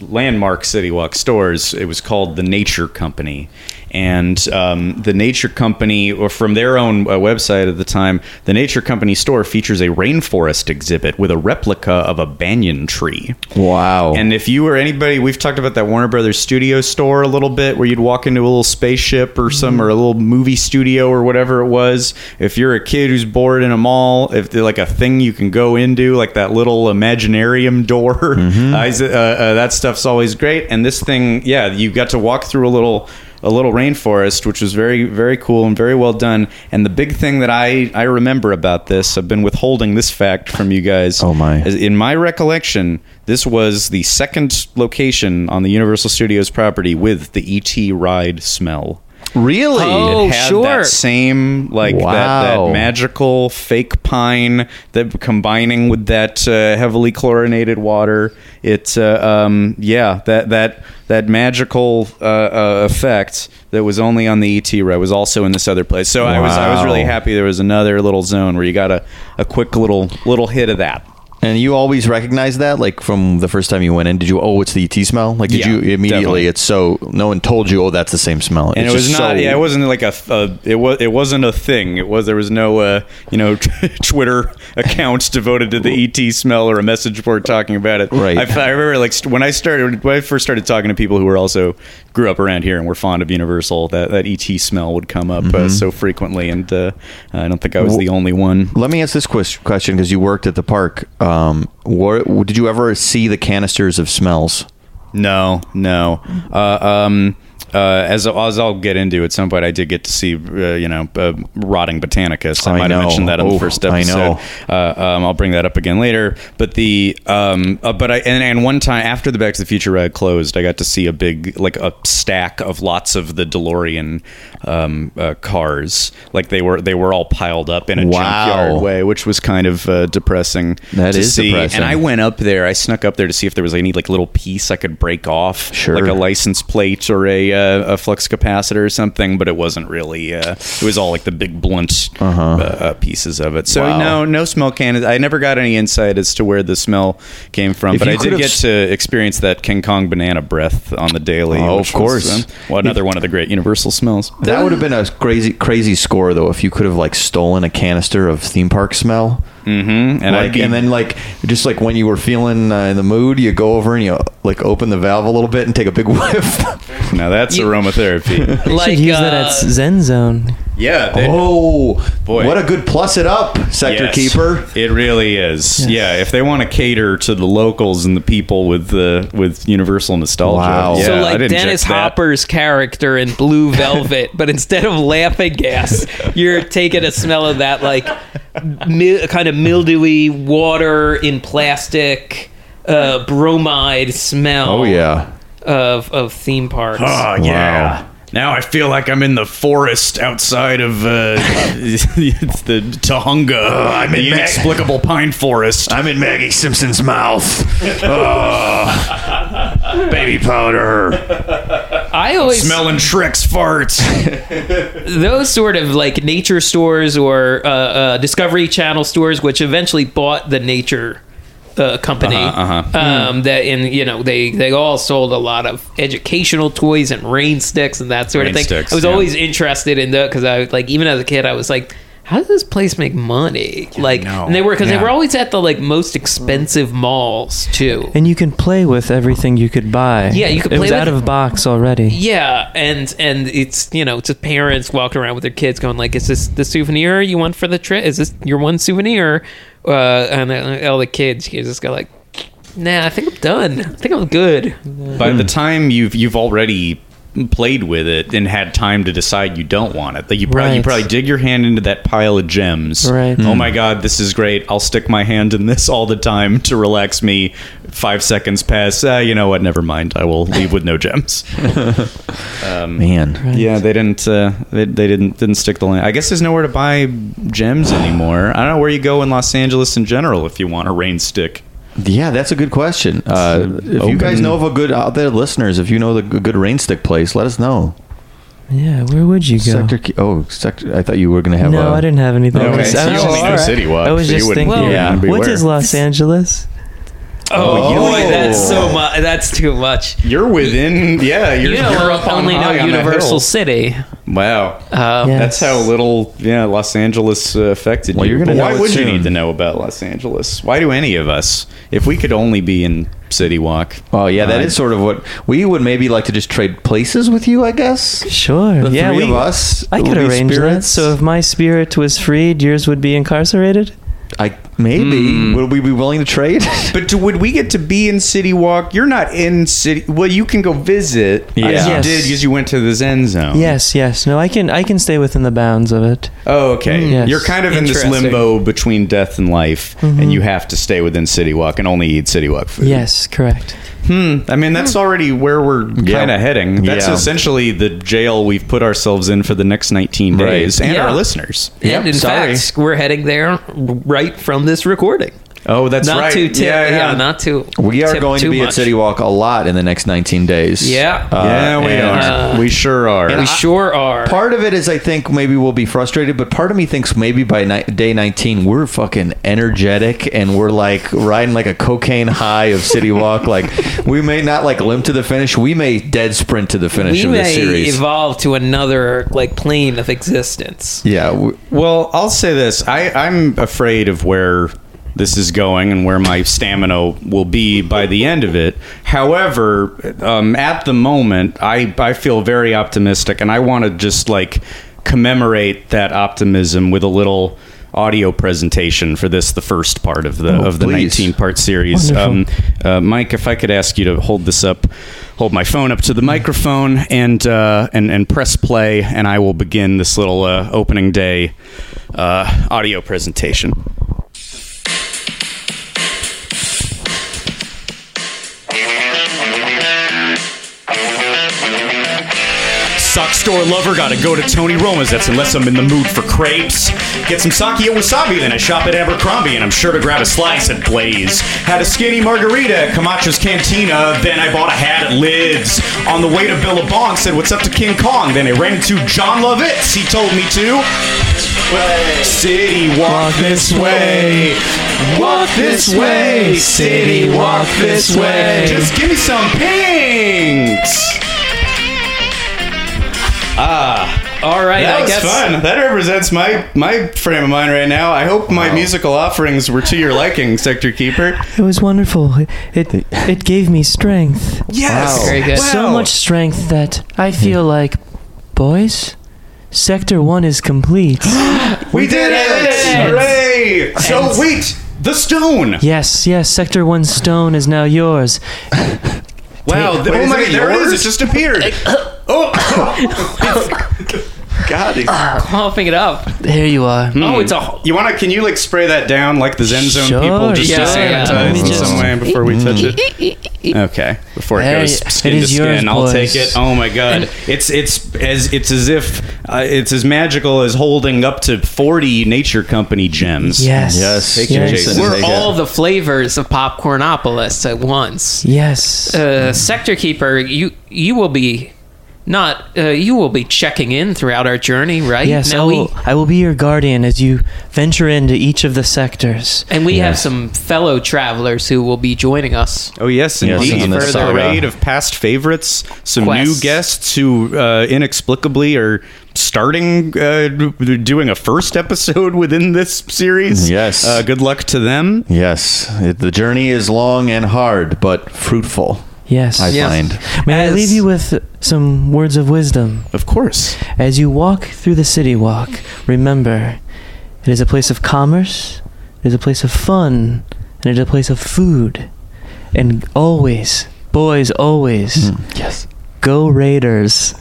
landmark City Walk stores. It was called the Nature Company, and um, the Nature Company, or from their own uh, website at the time, the Nature Company store features a rainforest exhibit with a replica of a banyan tree. Wow. And if you or anybody, we've talked about that Warner Brothers studio store a little bit, where you'd walk into a little spaceship or some, or a little movie studio or whatever it was. If you're a kid who's bored in a mall, if they're like a thing you can go into, like that little imaginarium door, Mm-hmm. I s- uh, uh, that stuff's always great. And this thing, yeah, you got to walk through a little a little rainforest, which was very, very cool and very well done. And the big thing that I, I remember about this, I've been withholding this fact from you guys. Oh, my. Is In my recollection, this was the second location on the Universal Studios property with the ET ride smell. really? Oh, it had sure. that same like that, Wow. that magical fake pine that combining with that uh, heavily chlorinated water. It uh, um, yeah that that that magical uh, uh, effect that was only on the ET ride was also in this other place. So I was I was really Wow. happy there was another little zone where you got a, a quick little little hit of that. And you always recognize that, like from the first time you went in, did you? Oh, it's the ET smell. Like, did Yeah, you immediately? definitely. It's so no one told you. Oh, that's the same smell. and it It's was just not. so- yeah, it wasn't like a. th- a it was. It wasn't a thing. It was. There was no. Uh, you know, Twitter accounts devoted to the ET smell or a message board talking about it. Right. I, f- I remember like st- when I started when I first started talking to people who were also grew up around here and were fond of Universal. That that ET smell would come up Mm-hmm. uh, so frequently, and uh, I don't think I was the only one. Let me ask this ques- question because you worked at the park. Um, were, did you ever see the canisters of smells? No, no. Uh, um, uh, as, as I'll get into at some point, I did get to see, uh, you know, uh, Rotting Botanicus. I, I might know. have mentioned that on Oh, the first I episode. know. Uh, um, I'll bring that up again later. But the, um, uh, but I, and, and one time after the Back to the Future ride closed, I got to see a big, like a stack of lots of the DeLorean um, uh, cars. Like they were, they were all piled up in a Wow. junkyard way, which was kind of uh, depressing. That to is see. depressing. And I went up there. I snuck up there to see if there was any like little piece I could break off, Sure. like a license plate or a, uh, a flux capacitor or something. But it wasn't really. Uh, it was all like the big blunt uh uh, pieces of it. So Uh-huh. Wow. no, no smell can. I never got any insight as to where the smell came from. If but you I could did have get s- to experience that King Kong banana breath on the daily. Oh, which of was, course. um, well, another one of the great universal smells. That would have been a crazy, crazy score though if you could have like stolen a canister of theme park smell. And like, I'd be- and then like just like when you were feeling uh, in the mood, you go over and you like open the valve a little bit and take a big whiff. now that's You- aromatherapy. You Like should use that at uh, Zen Zone. yeah. they- oh, Boy. what a good plus it up, sector Yes. keeper. It really is. Yeah, if they want to cater to the locals and the people with the with universal nostalgia. Wow. Yeah, so I'd like inject Dennis that. Hopper's character in Blue Velvet, but instead of laughing gas, you're taking a smell of that like mi- kind of mildewy water in plastic uh, bromide smell. Oh yeah. of of theme parks. Oh yeah. Now I feel like I'm in the forest outside of uh, it's the Tahunga, the inexplicable pine forest. I'm in Maggie Simpson's mouth. Oh, baby powder. I always Smelling Shrek's farts. those sort of like nature stores or uh, uh, Discovery Channel stores, which eventually bought the nature uh, company Uh-huh, uh-huh. Um, that and you know they they all sold a lot of educational toys and rain sticks and that sort Rain of thing. sticks, I was yeah. always interested in that because I was, like even as a kid I was like. How does this place make money? Like, know. and they were because Yeah. they were always at the like most expensive malls too. And you can play with everything you could buy. Yeah, you could It play was with out it. of box already. Yeah, and and it's you know, it's just parents walking around with their kids going like, "Is this the souvenir you want for the trip? Is this your one souvenir?" Uh, and uh, all the kids, you just go like, "Nah, I think I'm done. I think I'm good." By the time you've you've already played with it and had time to decide you don't want it, like you probably you Right. probably dig your hand into that pile of gems. Right. Oh my god, this is great. I'll stick my hand in this all the time to relax me. Five seconds pass. Ah, you know what? Never mind. I will leave with no gems. Man. Yeah, they didn't. Uh, they, they didn't didn't stick the line. I guess there's nowhere to buy gems anymore. I don't know where you go in Los Angeles in general if you want a rain stick. Yeah, that's a good question. Uh, if you guys know of a good out there, listeners, if you know the g- good rain stick place, let us know. Yeah, where would you go? Sector. Q- Oh, sector. I thought you were gonna have. no, I I didn't have anything. Okay, I was, so I you was only just, know citywide, I was so you just wouldn't thinking, be- yeah, be what aware. is Los Angeles? Oh, Boy, that's so much. That's too much. You're within. Yeah, you're, You know, you're I up on only know high on a hill. Universal City. Wow. Um, Yeah. That's how little, yeah, Los Angeles uh, affected Well, you. you're gonna But know why it would you soon. need to know about Los Angeles? Why do any of us? If we could only be in City Walk. Oh yeah, that Uh, is sort of what we would maybe like to just trade places with you, I guess. Sure. The yeah, three we, of us. I would could be arrange spirits. that. So if my spirit was freed, yours would be incarcerated. I maybe would we be willing to trade? But do, would we get to be in City Walk? You're not in City. Well, you can go visit. Yeah. As Yes. you did because you went to the Zen Zone. Yes, yes. No, I can. I can stay within the bounds of it. Oh, okay. Mm, Yes. You're kind of in this Interesting. limbo between death and life, Mm-hmm. and you have to stay within City Walk and only eat City Walk food. Yes, correct. Hmm. I mean, that's already where we're Yeah. kind of heading. That's Yeah. essentially the jail we've put ourselves in for the next 19 Right. days and Yeah. our listeners. and in fact, we're heading there right from this recording. Oh, that's not right. too tip, yeah, not too. we are tip going to too be at much. City Walk a lot in the next 19 days. Uh, Yeah. yeah, we and are. we sure are. We sure are. Part of it is I think maybe we'll be frustrated, but part of me thinks maybe by ni- day 19 we're fucking energetic and we're like riding like a cocaine high of City Walk. like we may not like limp to the finish, we may dead sprint to the finish we of the may series. evolve to another like plane of existence. yeah, w- Well, I'll say this: I, I'm afraid of where this is going and where my stamina will be by the end of it. However, um, at the moment, I I feel very optimistic, and I want to just like commemorate that optimism with a little audio presentation for this the first part of the of the please. 19 part series um, uh, mike if i could ask you to hold this up hold my phone up to the microphone and uh, and and press play and i will begin this little uh, opening day uh, audio presentation Sock store lover, gotta go to Tony Roma's. That's unless I'm in the mood for crepes. Get some sake at Wasabi, then I shop at Abercrombie, and I'm sure to grab a slice at Blaze. Had a skinny margarita at Camacho's Cantina, then I bought a hat at Lids. On the way to Billabong, said what's up to King Kong, then I ran into John Lovitz. He told me to. City walk this way, walk this way, city walk this way. Just give me some pinks. All right, That I was guess fun. That represents my my frame of mind right now. I hope my musical offerings were to your liking, Sector Keeper. It was wonderful. It it, it gave me strength. Yes, Very good. So much strength that I feel like, boys, Sector One is complete. We did it! Hooray! So wait, the stone. yes, yes. Sector One stone is now yours. Wow! th- Wait, oh is my! it There it yours? is! It just appeared. oh! God, these- coughing it up. There you are. Hmm. Oh, it's a You wanna? Can you like spray that down like the Zen Zone Sure, people just yeah, to yeah. sanitize Let me in just- some way before we touch it? Okay, before it There goes y- skin it to is yours, skin, I'll take boys. it. Oh my god, it's it's as it's as if uh, it's as magical as holding up to forty nature company gems. Yes. Yes, take Yes. your Jason. we're Take it. all the flavors of Popcornopolis at once. Yes. Uh, Sector Keeper, you you will be Not uh, you will be checking in throughout our journey, right? Yes, I Now will, we, oh. I will be your guardian as you venture into each of the sectors. and we have some fellow travelers who will be joining us. Oh Yes, yes, indeed. on this For the saga. parade of past favorites, some Quests. new guests who uh, inexplicably are starting uh, d- doing a first episode within this series. Yes. Uh, good luck to them. Yes, it, the journey is long and hard, but fruitful. Yes. I Yes. find. May I As- leave you with some words of wisdom? Of course. As you walk through the city walk, remember it is a place of commerce, it is a place of fun, and it is a place of food. And always, boys, always, Hmm. Yes. go Raiders.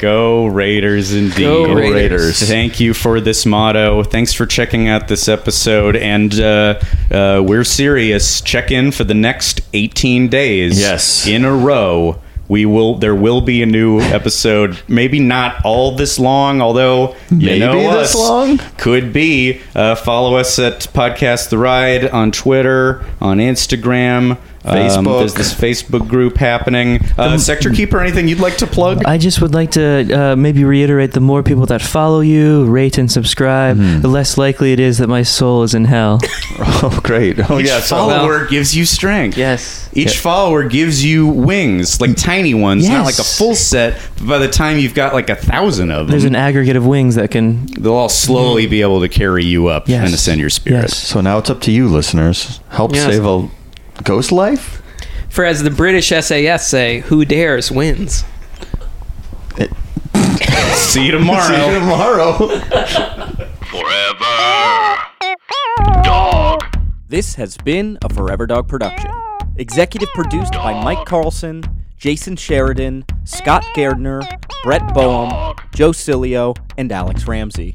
Go Raiders indeed. Go Go Raiders. Raiders. Thank you for this motto. Thanks for checking out this episode. And uh, uh, we're serious. Check in for the next 18 days. Yes. In a row. We will. There will be a new episode. Maybe not all this long, although Maybe you know this us. long? could be. Uh, follow us at Podcast The Ride on Twitter, on Instagram, Um, Facebook. there's this Facebook group happening. Uh, Sector Keeper, anything you'd like to plug? I just would like to uh, maybe reiterate the more people that follow you, rate, and subscribe, Hmm. the less likely it is that my soul is in hell. Oh, great. Oh, Each yeah. So, follower gives you strength. Yes. Each follower gives you wings, like tiny ones, not like a Yes. full set. But by the time you've got like a thousand of There's them, an aggregate of wings that can. they'll all slowly be able to carry you up Yes. and ascend your spirit. Yes. so now it's up to you, listeners. Help Yes. save a ghost life? For as the British SAS say, "Who dares wins." See you tomorrow. See you tomorrow. Forever. Dog. This has been a Forever Dog production. Executive produced by Mike Carlson, Jason Sheridan, Scott Gardner, Brett Boehm, Joe Cilio, and Alex Ramsey.